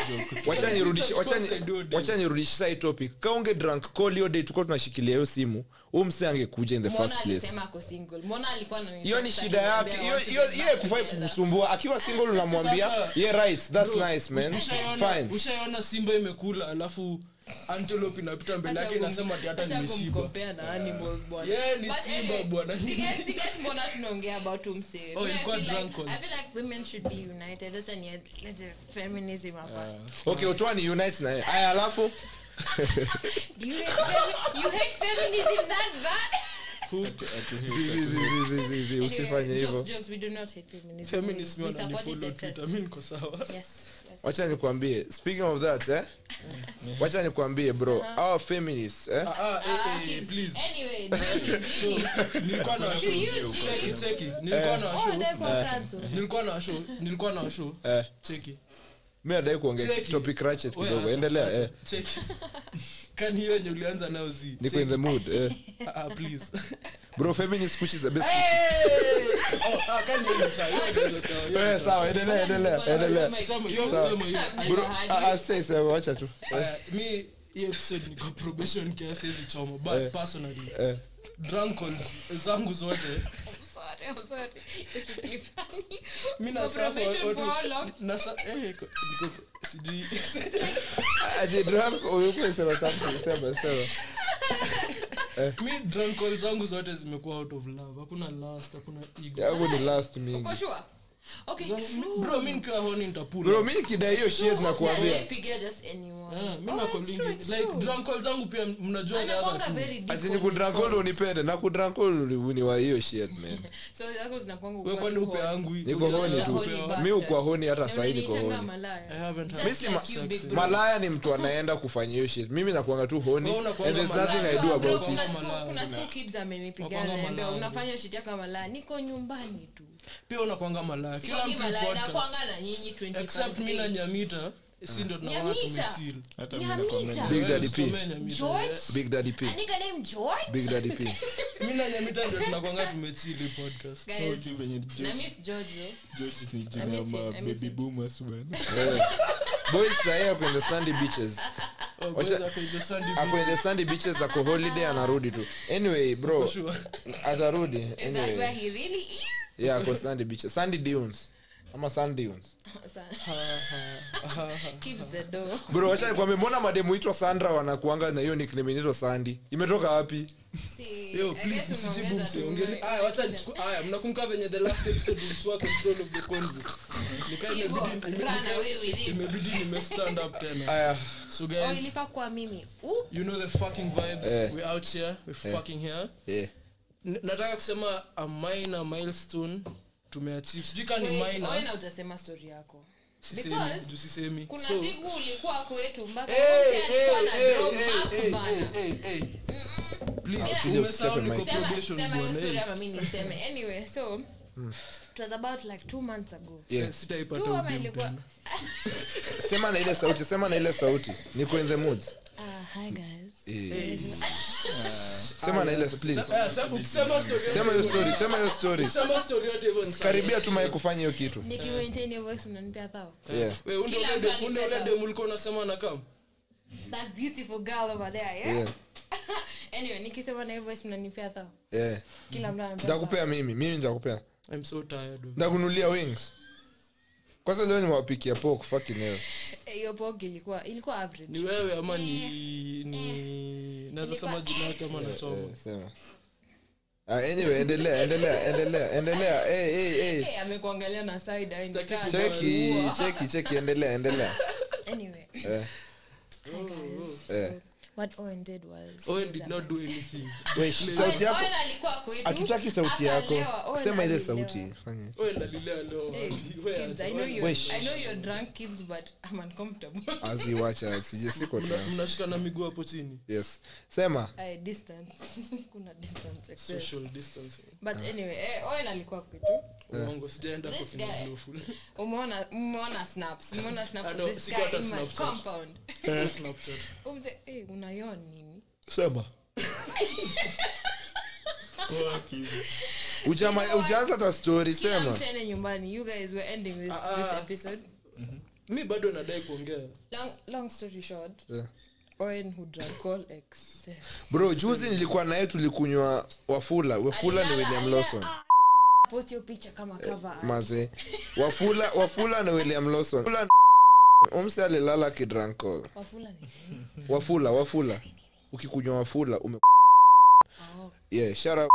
wacha nirudishe wacha ni-
Of course I do, dude.
wacha nirudishe sai topic kaunge drunk call hiyo day tulikuwa tunashikilia hiyo simu huu mse angekuja in the
Mona
first place
alisema ako single Mona alikuwa ananitafuta
hiyo ni shida yake
akiniambia
hiyo
watu
hiyo
ni
ile
bad
kufai
together.
kukusumbua akiwa single unamwambia
Sasa-
yeah right that's
Bro,
nice man
Ushaiona-
fine
ushaiona simba imekula alafu antelope inapita mbele
Hata
yake
kum-
inasema ati hata
hata
nimeshiba
kumcompare na animals bwana.
Yeah, ni
But
simba,
anyway,
bwana.
si get- si get mbona tunaongea about huu msee.
Oh,
Me, I
ilikuwa
feel like-
drunk calls.
I feel like women should be united. Acha ni- acha feminism hapa.
okay utoa ni unite naye aya alafu
Do you hate femi- you hate feminism that bad?
Zi, zi, zi, zi, zi, zi, zi, usifanye
Anyway,
hivyo
jokes, jokes, we do not hate feminism.
feminist
We-
mi
we support it
wananifollow
at
twitter
us.
mi niko sawa
Yes, yes.
wacha nikuambie speaking of that eh? wacha nikuambie bro our feminists eh?
Ah, eh,
Ah,
eh,
keeps-
please
Anyway, Jimmy, Jimmy.
nilikuwa na
To you, Jimmy.
cheki nilikuwa na
Oh,
show
they're called cancel.
nilikuwa na show nilikuwa na show
Eh.
cheki
mi adai kuongea
Cheki.
topic ratchet
Wewe
kidogo
acha,
endelea
acha.
eh.
Cheki. kan hiyo yenye ulianza nayo zi
niko in the mood eh.
Cheki. Ah, ah, please
bro feminist kuchi is the best
Oh, ah, kan hiyo ni sawa, hiyo ndio sawa, hiyo
Eh,
ndio sawa.
sawa endelea endelea endelea
Sema hiyo, sema hiyo.
bro ah, ah, say, say, wacha tu eh.
Aya, mi hiyo episode niko probation kiasi hizi choma but
Eh.
personally
eh.
drunk calls zangu zote
I'm sorry, I'm sorry. It should be funny.
mi
For probation for how long?
nasijui
Aje, Ah, drunk, ulikuwa unasema something, sema, sema.
mi drunk calls zangu zote zimekuwa out of love hakuna last hakuna ego
yangu ni last mingi
Uko sure? Okay, no.
bro mi nikiwa honi nitapula
bro mi nikidai hiyo shit nakuambia
Sijawahi pigia just anyone.
Ah, mi
Oh,
nakolingi-
it's true, it's
like
true.
drunk calls zangu pia mnajua the
Anakuanga
other two.
very deep
azini
on his
kudrankol
own.
unipende na kudrankol hiyo shit man
So, zako zinakuanga
We
ukweli
kwani upe
honi.
yangu
Niko
upe
honi tu.
yangu upe yangu.
Bastard.
mi ukwa honi hata
Na
sahii niko
unaniitanga
honi
I
malaya.
haven't
Just
had-
Mi si ma-
like you, big
Sex.
bro.
malaya ni mtu anaenda kufanya hiyo shit mimi nakuanga tu honi
Wewe
and
unakuanga
there's nothing i do
malaya.
Bro,
about
kuna
it
siku-
Malaya.
kuna siku kids amenipigia
Wakwanga
ananiambia,
malaya.
unafanya shit yako ya malaya niko nyumbani tu
pia unakwanga malaya kila
Sikuangi
mtu
malaya,
podcast
nakuanga na nyinyi 25
except mi na nyamita si ndo tunaona
Nyamita.
tumechill.
hata
Yeah,
mimi
me
nakwambia
too.
Eh,
Big Daddy P.
Tusomee Nyamita.
George?
big daddy p
A nigga named George?
big daddy p
mi na nyamita ndio tunakwanga tumechili podcast
Guys,
tu venye
na
Jo-
miss George, yo.
George ni
I
jina ya
miss him,
ma
I miss
baby
him.
boomers bwana
Eh. boys sahii ako in the sandy beaches
Oh, boys
Wacha-
are in the sandy
ako
beach.
in the sandy beaches ako holiday anarudi tu anyway bro
Sure.
atarudi
Is that where
anyway
he really is?
yeah ako sandy beaches sandy dunes ama sand dunes
Sana. Keeps the door.
bro wacha nikwambie mbona mademu itwa sandra wanakuanga na hiyo nickname inaitwa sandy imetoka wapi
See,
Yo,
I guess
please, msijibu,
unaongeza
msiongele.
tu-
Aya, wacha nichukue- aya, mnakumbuka venye the last episode ilikuwa control of the convo? Nikaa
Igor,
imebidi- imebidi-
run away with it.
imebidi nimestand up tena
aya
so
Oh,
guys
ilikuwa kwa mimi Uh,
you know the fucking vibes
Eh.
we're out here we're fucking here
eh.
N- nataka kusema a minor milestone tumeachieve sijui kaa ni
wait,
minor
Owena utasema story yako
sisemi
Because
juu sisemi
kuna
So-
siku ulikuwa kwetu mpaka
Hey,
mzee
hey,
alikuwa na
hey,
draw
hey,
map
hey,
bana.
hey, hey, hey. Please,
Yeah.
umesahau
Step in
niko
mic.
Sema-
probation
sema hiyo
bwana, Hmm.
story
eh.
ama mimi niseme anyway so it was about like two months ago
Yeah.
Sitaipata
tu ama
ubimu
ilikuwa
tena.
sema na ile sauti sema na ile sauti niko in the mood
Ah, hi guys
Eh. sema na ile please
Eh,
Sa- sa- ukisema story yote-
sema hiyo story sema hiyo story
ukisema story yote hivyo ni sawa.
karibia tu mae kufanya hiyo kitu
Niki maintain your voice mnanipea kawa
yeah.
We, unde
Kila
ule
mtu
de- unde ule
alifeta.
demu ulikuwa unasema na kam
that beautiful girl over there yeah,
Yeah.
anyway nikisema na hiyo voice mnanipea thaw
Yeah.
kila mtu ananipea
ntakupea mimi mimi ntakupea
I'm so tired of-
ntakunulia wings kwanza leo nimewapikia pok fucking hell
thaw. Eh, hiyo pogi ilikuwa ilikuwa average
ni wewe ama
Eh.
ni ni naweza sema jina yake ama nachoma
Eh, sema Ah, anyway endelea endelea endelea endelea hey, hey, hey.
Eh, amekuangalia na side eye
Sitaki
nikaa-
cheki cheki cheki endelea endelea
anyway
Eh.
Hi, guys.
Eh.
So, what Owen did was
Owen Oh, did not do anything
Wait,
Owen-
sauti yako
Owen alikuwa kwetu.
hatutaki sauti
Hapa
yako
leo, Owen
sema ile
alilewa.
sauti fanya
Owen alilea leo
Hey,
wapi? Wewe
kids, Eh. I
anasema-
know you're-
Wait.
I know you're drunk, kids, but I'm uncomfortable.
aziwacha sijesiko
Mna- mnashika na miguu hapo chini
yes sema
I Eh, distance. Kuna distance excess.
social distancing
But anyway, eh, Owen alikuwa kwetu
uongo sijaenda kwa
This
kina
guy.
Blowful.
umeona umeona snaps umeona
I
snaps
know,
of this
Ah, sikuwa
guy
hata
in my
Snapchat.
compound
Snapchat.
umze eh unayon nini
sema
Fuck you.
Ujama- ujaanza hata story
Kila
sema
mtu aende nyumbani you guys were ending this
Ah,
this
ah.
episode
mi bado nadai kuongea
long long story short
Yeah.
Owen who drank all excess
bro juzi nilikuwa naye tulikunywa wafula wafula ni
Alilala,
william
alilala,
lawson Eh,
ah, post your picture kama cover art.
maze wafula wafula ni william lawson Wafula ni omse alilala kidrankol
Wafula ni nini?
wafula wafula ukikunywa wafula ume
Oh.
yeah, shut up. Na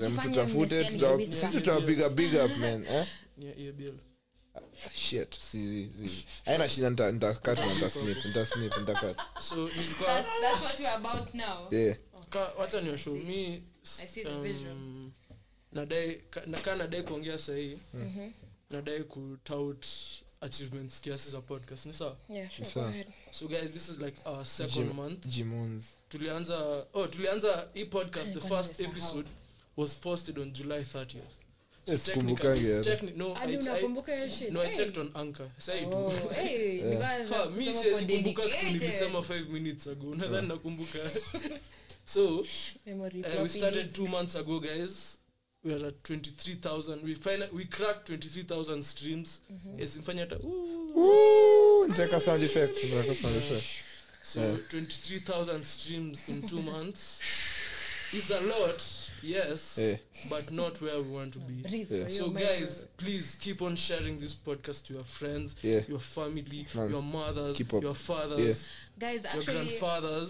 Fanya
mtutafute
mnisikie
tuta-
niulize.
sisi tutawapiga big up man eh?
Yeah, yeah, bill.
shit si si- si aina shida nita- nitakata na nitasnip nitasnip nitakata
so nilikuwa
That's- that's what we're about now.
yeah
ka- wacha niwashow mi
I see the vision.
um, nadai ka- nakaa nadai kuongea sahii
Mm-hmm.
nadai kutout achievements kiasi za podcast ni sawa
Yeah, sure,
So-
go ahead.
so guys this is like our second
Jim-
month
jimons
tulianza oh tulianza hii podcast the
Nilikuwa
first
nimesahau.
episode was posted on july 30th so
Yes,
technically-
kumbukangi ya.
techni- no,
Hadi
I- I-
unakumbuka hiyo shit.
no i
Hey.
checked on anchor sai
Oh, hey, nilikuwa
Fa, mi
nasema
siwezi
uko
kumbuka kitu
dedicated.
nilisema 5 minutes ago nadhani nakumbuka so
Memory
Uh, we
floppy
started
disk.
two months ago, guys. We are at 23,000. We final, we cracked 23,000 streams. Yes, in Fanyata. ooh.
Ooh, nitaweka sound effects nitaweka sound effects
So 23,000 streams in two months. It's a lot, yes,
Yeah.
but not where we want to be.
Breathe
Yeah.
for
So,
your
guys, please keep on sharing this podcast to your friends,
Yeah.
your family,
Man,
your mothers,
keep up.
your fathers,
Yeah.
memory. Guys,
your
actually,
grandfathers.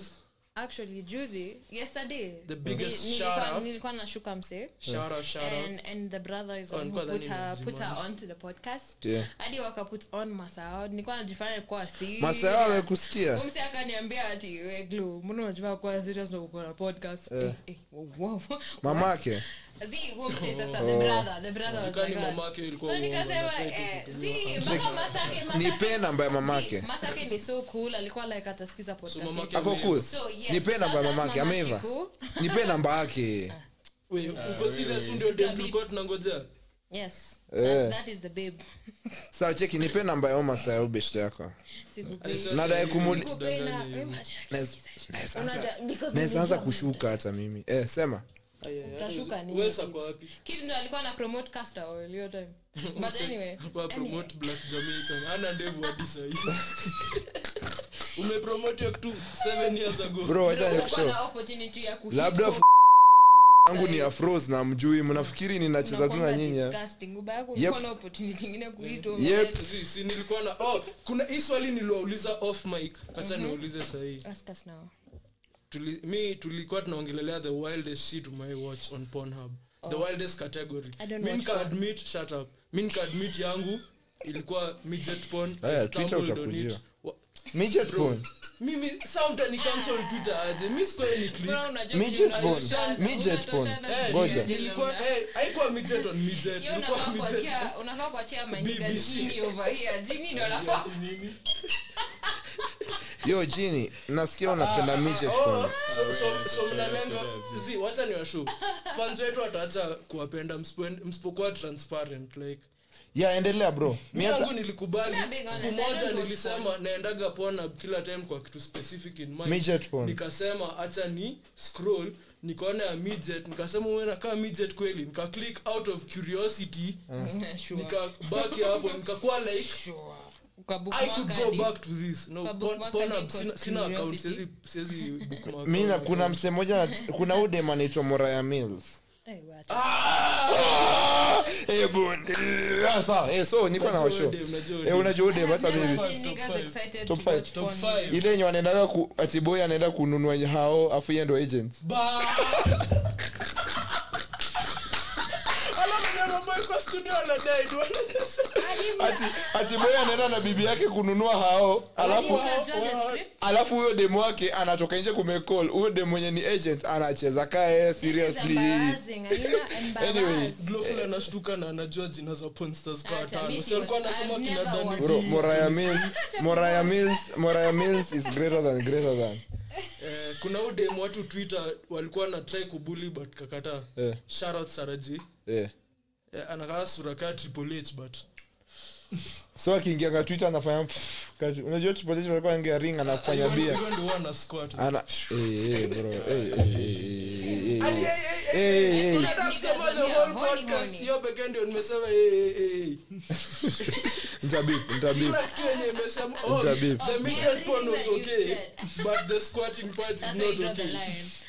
actually juzi yesterday
The biggest
ni-
shout
nilikuwa-
out.
nilikuwa nashuka msee
Shout out, shout out.
and and the brother is on
Alikuwa
who
dhani
put
ni
her put her
mzimaji.
on to the podcast
Yeah.
hadi wakaput on masao nilikuwa najifanya kuwa serious.
masaya amekusikia
Umse akaniambia ati we glu mbona unajua kuwa serious na uko na podcast eh, eh, wow, wow.
mamake Oh.
Zi, umse sasa the brother the brother was
Ilikuwa ni
like that.
mamake ilikuwa
so nikasema
uongo,
eh,
anataka
zi mpaka masake
nipe namba ya
masake
mamake
masake ni so cool alikuwa like atasikiza podcast
mamake
yetu.
ako cool
So, yes,
nipe namba ya
shout out
mamake
mama
ameiva
Shiku.
nipe namba yake
Wait, uko serious ndio dem tulikuwa tunangojea?
yes
Eh.
that, that is the babe
sawa cheki nipe namba ya masaya ubeshte yako
Sikupenda.
Nadaye kumuli-
Sikupenda.
Naweza- naweza anza-
Unajua, because
naweza anza
unajua-
kushuka hata mimi eh, sema
Utashuka nini,
Wesa
Kibs?
kwa wapi?
Kibs ndo alikuwa na promote Castor Oil hiyo time. But anyway,
Kwa promote Black Jamaican. Hana ndevu hadi sahi. Umepromote hiyo tu 7 years ago.
bro wacha
kulikuwa
nikushow
na opportunity ya kuhit
labda
home.
f- zangu ni afros na mjui mnafikiri ninacheza tu na
Unakuanga
nyinyi eh?
disgusting. Ubaya yako ulikuwa na opportunity ingine kuhit home.
yep
Si, si nilikuwa na oh, kuna hii swali niliwauliza off mic. Acha
Mhm.
niulize sahi.
Ask us now.
Tuli, mi tulikuwa tunaongelelea the wildest shit my watch on Pornhub. The wildest category.
Oh. I don't
Mi
watch
nika
porn.
admit, shut up. Mi nika admit yangu ilikuwa midget porn. I
Aya, Twitter
stumbled on
utakujia.
it. Wa-
midget porn
Mimi saa mtani cancel Twitter aje. Mi sikuwa ni click.
Bro, unajua
Midget
vile unatoshana.
porn. Midget porn.
Unatoshana
Eh,
Ngoja.
nilikuwa- eh, haikuwa midget on midget,
Yo,
ilikuwa
unafaa
midget.
kuachia- unafaa kuachia manyiga
BBC.
jini over here jini ndo anafaa
yo jini nasikia unapenda midget
oh.
porn
So- so- so mnalenga- zi, wacha ni washu fans wetu wataacha kuwapenda msipoen- msipokuwa transparent like
ya endelea bro mi
yangu
hata
nilikubali
Yeah, big
siku
honest, I
moja
don't watch
nilisema naendaga pona kila time kwa kitu specific in mind.
Midget porn.
nikasema hacha ni scroll nikaona ya midget nikasema uenakaa midget kweli nika click out of curiosity
Eh, Sure.
nikabaki hapo nikakuwa like I could go back to this. No,
Kwa
Porn-
bookmark
Pornhub
hadi kwa
sina- sina account,
curiosity.
siwezi- siwezi bookmark.
mi na- kuna msemo moja kuna udem anaitwa moraya mills Ah, Eh, bun. Eh, ah, sawa Eh, so niko na washo
Najua dem, najua
Eh,
dem.
unajua udem hata mimi Top five.
Top
Yaani
five.
ile yenye wanaendaga ku- ati boy anaenda kununua hao afu yeye ndo agent
Ba- Alafu na mambo kwa studio anadai tu.
ati ati boy anaenda na bibi yake kununua hao alafu alafu huyo demu wake anatoka nje kumecall huyo demu mwenye ni agent anacheza kae seriously
eh?
Anyway.
Glowful anashtuka na anajua jina za porn stars kwa
Acha,
watano.
mi
Si
si-
alikuwa anasema
I've never
kina Dani
watched
bro
G.
moraya mills moraya mills moraya mills is greater than greater than
Eh, kuna udem watu twitter walikuwa na try kubuli but kakataa
Eh.
shout out saraji
yeah.
eh, anakaa sura kaa triple h but
so akiingia ka twitter anafanya pff, kati- unajua tupoleshi walikuwa angea ring anafanya bia
Alikuwa ndio ana squat
ana eh, eh, bro eh, eh, eh, eh, eh, eh, eh, eh, eh.
hiyo pekee ndio nimesema eh, eh, eh.
Nitabip, nitabip.
Kila kitu yenye imesema, oh,
Mtabib.
the midget porn was okay, but the squatting part is not okay.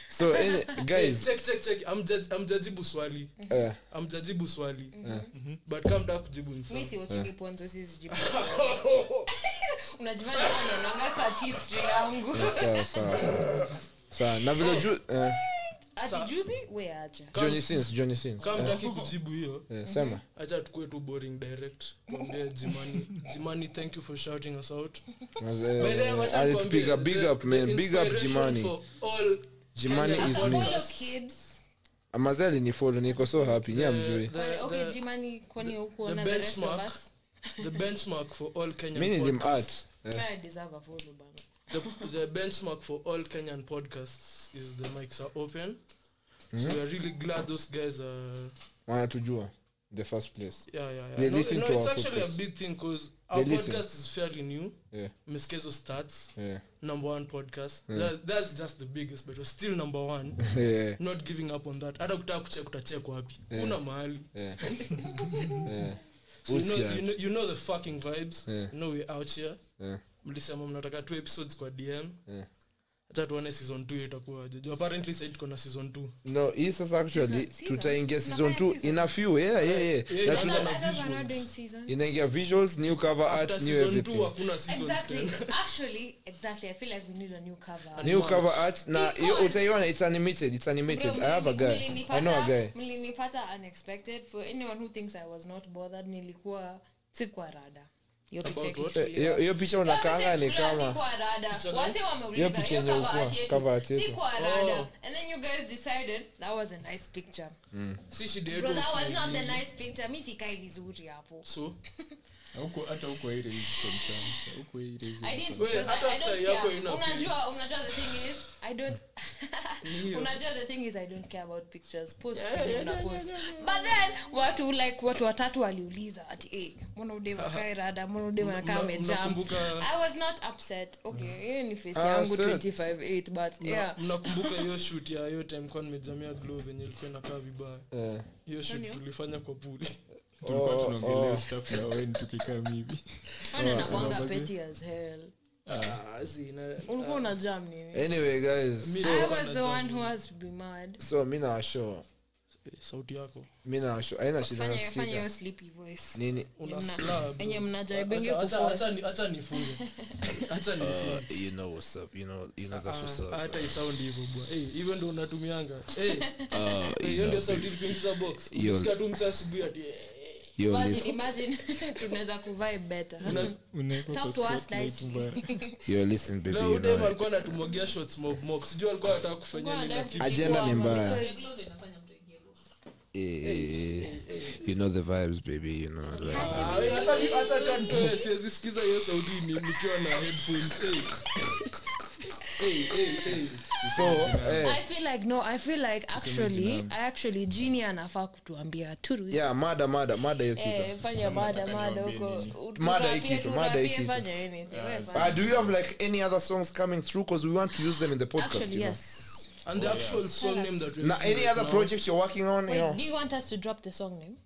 so any- guys
Check, check, check. Amja- amjajibu swali
eh,
amjajibu swali Mhm. Oh, but kamda kujibu ni sawa.
unajivana sana unaonanga search history yangu
sawa sawa sawa sawa na vile ju eh,
ati juzi we acha
johnny sins johnny sins
kama mtaki kujibu hiyo
Eh, sema
acha tukue tu boring direct mwambie zimani zimani thank you for shouting us out
Mas-
By the way,
eh,
wacha nikwambie,
alitupiga big
the-
up man
the
big up
inspiration
jimani
for all
jimani
Kenya
is
football
me
Apollo
Yes.
Kibbs.
amazeli ni follow niko so happy yeah mjui
the-
Kwani- okay,
the-
Jimani, kwani hukuona
the
the rest of
benchmark.
us?
the benchmark for all Kenyan
mimi nilimart
podcasts-
I deserve a follow bana.
the, the benchmark for all Kenyan podcasts is the mics are open.
Hmm?
So we are really glad those guys are.
wanatujua the first place
Yeah, yeah, yeah.
They
no,
listen
no,
to
it's
our
actually
podcast.
a big thing because our
They
podcast
listen.
is fairly new.
yeah
Meskezo starts
yeah
number one podcast. That, that's just the biggest, but we're still number one.
yeah
Not giving up on that. Hata kutaka kucheck utachek wapi? Una mahali.
yeah yeah
So you know,
Usiache.
you know, you know the fucking vibes.
Yeah.
You know we're out here.
yeah
mlisema mnataka two episodes kwa dm
Yeah.
hata tuone season two itakuwaje Juu apparently said tuko na season two
no hii sasa actually
Season- seasons.
tutaingia season
Tunafanya
2
season.
in a few yeah yeah yeah
Yeah,
na
yeah.
tuna
Tuna
Others are
visuals.
not doing season.
inaingia visuals new cover
after
art new
season two
everything
hakuna season
Exactly.
tena.
Actually, exactly. I feel like we need a new cover.
new
March.
cover art na
Because-
hiyo utaiona it's animated it's animated
Bro,
i have a guy
mlinipata-
i know a guy
mlinipata unexpected for anyone who thinks i was not bothered nilikuwa sikuwa rada Hiyo picha
About what?
ikichukuliwa.
Eh, Hiyo- hiyo
Yaani
picha unakanga ni
Wamechukuliwa,
kama
sikuwa rada. Wase
Hiyo
wameuliza,
picha
hiyo
yenye
cover
ukuwa,
art yetu,
cover art yetu.
sikuwa rada.
Oh.
And then you guys decided that was a nice picture.
si shida yetu
Bro, that was
usiingie.
not the nice picture. Mi sikai vizuri hapo.
so
Huku- hata huku hairaise concerns. Huku hairaise
I didn't
concerns.
because I-
hata
I don't
saa yako
care.
ina-
Unajua- unajua the thing is, I don't-
hiyo.
unajua the thing is i don't care about pictures post venye una post but then watu like watu watatu waliuliza ati hey, mbona udema kae rada mbona udema
Mna-
kaa amejam
mnakumbuka-
i was not upset
Mm.
okay hiyo ni face
Ah,
yangu
upset.
258 but yeah
mnakumbuka hiyo shoot ya hiyo time kwa nimejamia glove yenye ilikuwa inakaa vibaya
Eh.
hiyo shoot tulifanya kwa pool
tulikuwa
Oh,
tunaongelea
oh.
stuff ya wen tukikaa hivi
ona nakwanga petty as hell
Ah, see, na-
ulikuwa una jam nini
anyway guys
Mi-
i
Ulikuwa
was the
unajam
one who has to be mad
so mi nawashow
Eh, sauti yako
mi nawashow aina shida
fanya fanya hiyo
nasikika
sleepy voice
nini
una
Mna-
slab
enye mnajaribingi
Acha- acha- acha
kuforce
ni- acha nifunge
Oh,
acha nifunge
Uh, you know what's up you know you know that's what's
Ah,
up
hata isound hivyo bwa Eh, hivyo ndo unatumianga Eh, eh, hiyo
Uh, know,
ndio sauti ilikuingiza box
hiyo-
Ukisikia tu msa asubuhi ati eh, eh,
you
Imagine-
listen
imagine tunaweza kuvae better
na-
Unaekwa
Talk
kwa
to us,
spotlight
guys.
mbaya.
you listen baby
leo
you
dem
know it.
alikuwa anatumwagia shots mob mob sijui alikuwa anataka kufanya nini lakini
Agenda ni mbaya. Eh, eh, eh. you know the vibes baby you know like
Ah, eh, hata ni- hata kantoe eh, siwezi sikiza hiyo sauti ni- nikiwa na headphones eh. Eh, eh, eh.
so eh,
I feel like no, I feel like actually,
jina.
I actually Genie anafaa kutuambia turu.
yeah mada mada mada hiyo kitu
Eh, fanya mada mada huko.
Mada hii
Turapie,
kitu, mada hii
turapie,
kitu.
fanya anything. Wewe fanya.
uh, do you have like any other songs coming through because we want to use them in the podcast
Actually,
you know
yes.
and
Oh,
the actual song name that we're
na
using
any
right
other
now-
project you're working on you
Wait,
know
do you want us to drop the song name?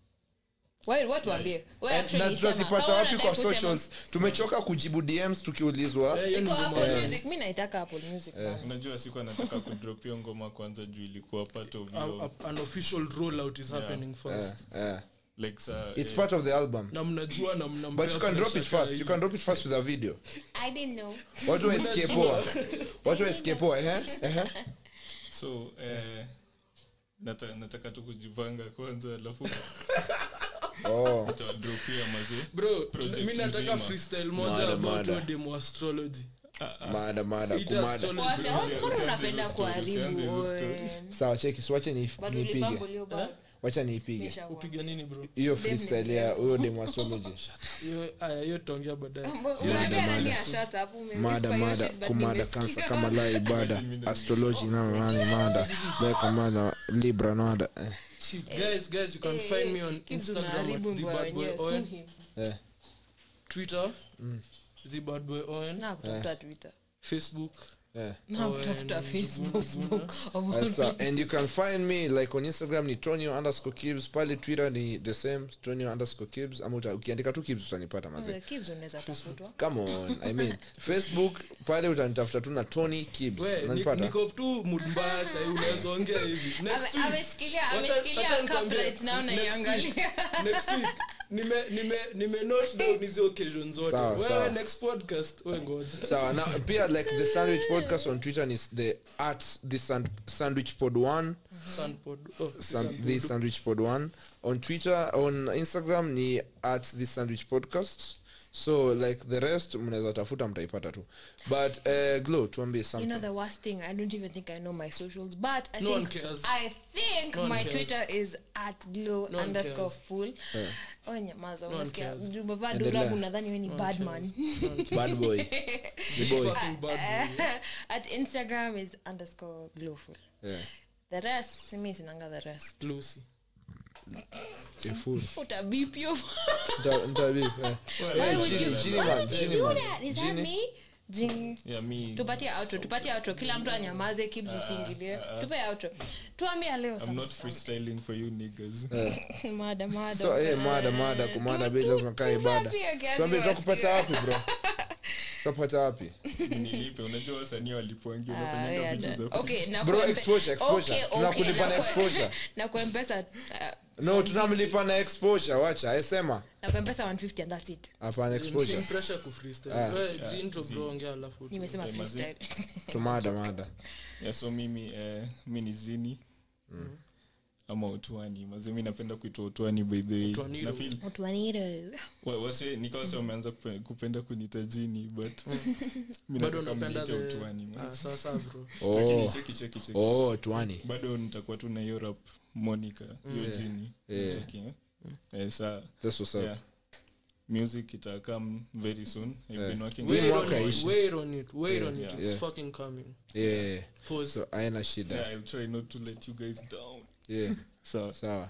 Wait, what tuambie? Wewe
Eh,
actually
na
sema.
tutazipata
Kama
wapi kwa
unadai kusema-
socials tumechoka kujibu dms tukiulizwa
Eh, hiyo ni
Iko
ngoma
Apple
yangu.
Music, mimi naitaka Apple Music. bana.
unajua siku anataka kudrop hiyo ngoma kwanza juu ilikuwa part of
A-
your
a- an official rollout is happening first
Eh,
like sa eh,
it's part of the album
na mnajua na mna
but you can drop it fast you can drop it fast with a video
I didn't know.
watu waisikie poa watu waisikie poa ehe ehe
so eh, nata, nataka tu kujipanga kwanza alafu
oh
tawadropia mazee
bro
Project
mi nataka
mzima.
freestyle moja
Mada,
about
mada.
your demo astrology
mada mada
It
kumada
astrology.
Wacha, mbona
Usianze- usianze
unapenda
hizo story, usianze hizo
kuharibu?
story.
wewe?
sawa cheki siwache
But
niipige
ulipambo ulioba-
wacha niipige
Nisha
upiga nini bro
hiyo freestyle ya huyo demo astrology
hiyo aya hiyo tutaongea baadaye
Ah, Unaambia nani ya shut up, ume-
mada
whisper your
mada
shit, but
kumada
nimesikia.
kansa kama la ibada astrology inayolani mada
Oh.
leka mada libra nada eh.
guys guys you can find me on
Kids
instagram at
eh, unaharibu
the
mbwa
bad boy
wenyewe,
oil
sue him.
Eh.
twitter
Mm.
the bad boy oil
Na kutafuta Twitter.
facebook
Eh.
Na kutafuta Facebook, Facebook, of all
Eh, sawa.
places.
and you can find me like on instagram ni tonio underscore kibs pale twitter ni the same tonio underscore kibs ama uta- ukiandika tu kibs utanipata mazee
Kwanza, kids unaweza tafutwa.
come on i mean facebook pale utanitafuta tu na tony kibs
we ni-
unanipata
niko tu mood mbaya sasa hivi unaweza ongea hivi next
Ame-
week
ameshikilia
Wacha-
ameshikilia
wacha nikwambie,
cup right now na
next week-
iangalia.
next week nime nime nime note down hizo occasions zote
Sawa, sawa.
wewe next podcast we ngoja
sawa na pia like the sandwich podcast on twitter is the at the sand, sandwich pod one
Sandpod. Oh,
san, the sandwich pod one on twitter on instagram ni at the sandwich podcast so like the rest mnaweza tafuta mtaipata tu but uh, glow tuambie
You know
something
the worst thing. I don't even think I know my socials, but I
No one
think
cares.
I think
one
my
cares.
Twitter is at glow
No one
underscore
cares.
fool. Oh, nyamaza, unasikia
cares.
juu umevaa
Endelea.
durabu nadhani we ni badman.
bad boy the boy
fucking bad boy.
at Instagram is underscore glowful.
yeah.
The rest, simi sinanga the rest.
Lucy.
the fool
Utabip yo.
Nta- ntabip, eh.
Why
Eh,
would
Jini,
you-
Jini
why
man,
would you
Jini
do
man.
that? Is that
Jini.
me? Jing.
yeah, me
tupatie outro tupatie outro kila mtu anyamaze
Uh,
kibs usiingilie tupe outro tuambia leo
i'm
sana sana.
not freestyling for you niggas
Mada, mada,
so eh,
mada.
mada mada kumada bei lazima kaa ibada
Tuwapi ya kiasi Ah,
tuambie
wasikia.
tutakupata wapi bro tutakupata wapi
nilipe unajua wasanii walipoangia
Ah, yeah,
unafanyanga
da-
vitu za
okay, na
Bro,
kuembe-
exposure, exposure.
Okay, okay,
Tunakulipa
na
na
kue-
exposure.
na kuempesa uh,
no tunamlipa na exposure wacha esema
na kuempesa 150 and that's it
hapana
Msim
exposure
pressure ku freestyle.
Ah.
Wewe zi intro bro ongea alafu.
nimesema
Okay, mazi.
freestyle
tumada mada
yeah, so mimi eh, mi ni zini
Mm.
ama utwani mazi mi napenda kuitwa utwani by the way
Utwani
Na
ro.
feel-
watu waniro
wa- wase nikawase wameanza kupe- kupenda kunita jini but
Mm.
mi
Bado
nataka
unapenda
mniite
the-
utwani
Ah,
mazi.
sawa sawa bro.
oh
Lakini cheki cheki cheki
oh twani
bado nitakuwa tu na hiyo rap monica hiyo jini
Yeah. Mm.
Cheki, eh? Eh, saa
that's what's up
yeah. music ita come very soon I've
Yeah.
been working
We-
yeah.
Wait on
mwaka
it.
ishi.
Wait on it. Wait on it.
Yeah.
It's
Yeah.
fucking coming.
yeah
Pause.
so aina shida
I'll try not to let you guys down
yeah
sawa
sawa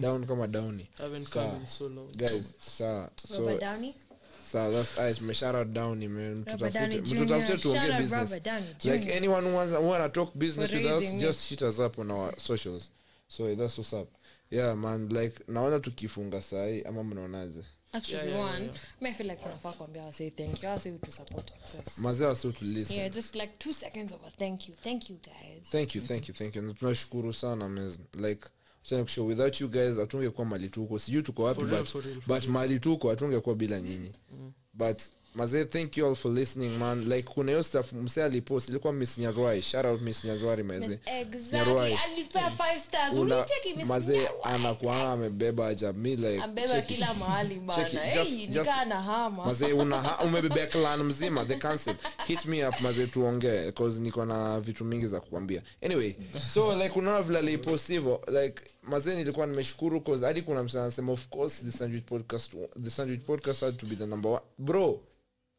down kama downi
Haven't
Sawa.
come in so long.
guys sawa so
robert downey
sawa that's ice meshara down man
robert downey
tutafute tutafute
junior shout
tuongee
out
business
robert downey
like
junior
anyone who wants who wanna talk business
For
with us
raising
just hit us up on our socials so that's what's up yeah man like naona tukifunga sahi ama mnaonaje
actually
Yeah, yeah,
one
yeah,
me i feel like tunafaa kuambia wasee thank you wasee to support access
mazee wasi utulisten
yeah just like 2 seconds of a thank you thank you guys
thank you thank you thank you Na tunashukuru sana man. like wacha nikushauri, without you guys hatungekuwa mali tuko sijui tuko wapi
For real,
but,
for real, for
but mali tuko hatungekuwa bila nyinyi
Mm.
but mazee thank you all for listening man like kuna hiyo stuff msee alipost ilikuwa miss nyarwai shout out miss nyarwari mazee
exactly and you pay 5 stars
Eh, Una-
uniteki miss
mazee
Nyarwai.
anakwanga amebeba jamii like
ambeba
cheki.
kila mahali
Cheki,
bana
just-
hey,
just-
nikaa na hama
mazee una ha- umebebea clan mzima the council hit me up mazee tuongee cause niko na vitu mingi za kukwambia anyway so like unaona vile alipost hivyo like mazee nilikuwa nimeshukuru cause hadi kuna msa anasema of course the sandwich podcast the sandwich podcast had to be the number one bro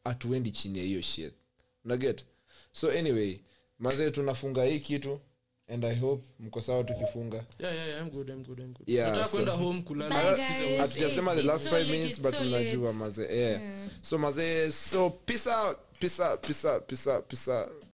hatuendi chini ya hiyo shit unaget so anyway mazee tunafunga hii kitu and i hope mko sawa tukifunga
Yeah, yeah, yeah, I'm good, I'm good, I'm good.
Yeah,
Nataka
so-
kwenda home kulala.
Bye,
nisikize
guys.
wimbo.
hatujasema the last
So
five
legit,
minutes but
so
unajua
legit. Mm.
mazee yeah. so mazee so peace out peace out peace out peace out peace out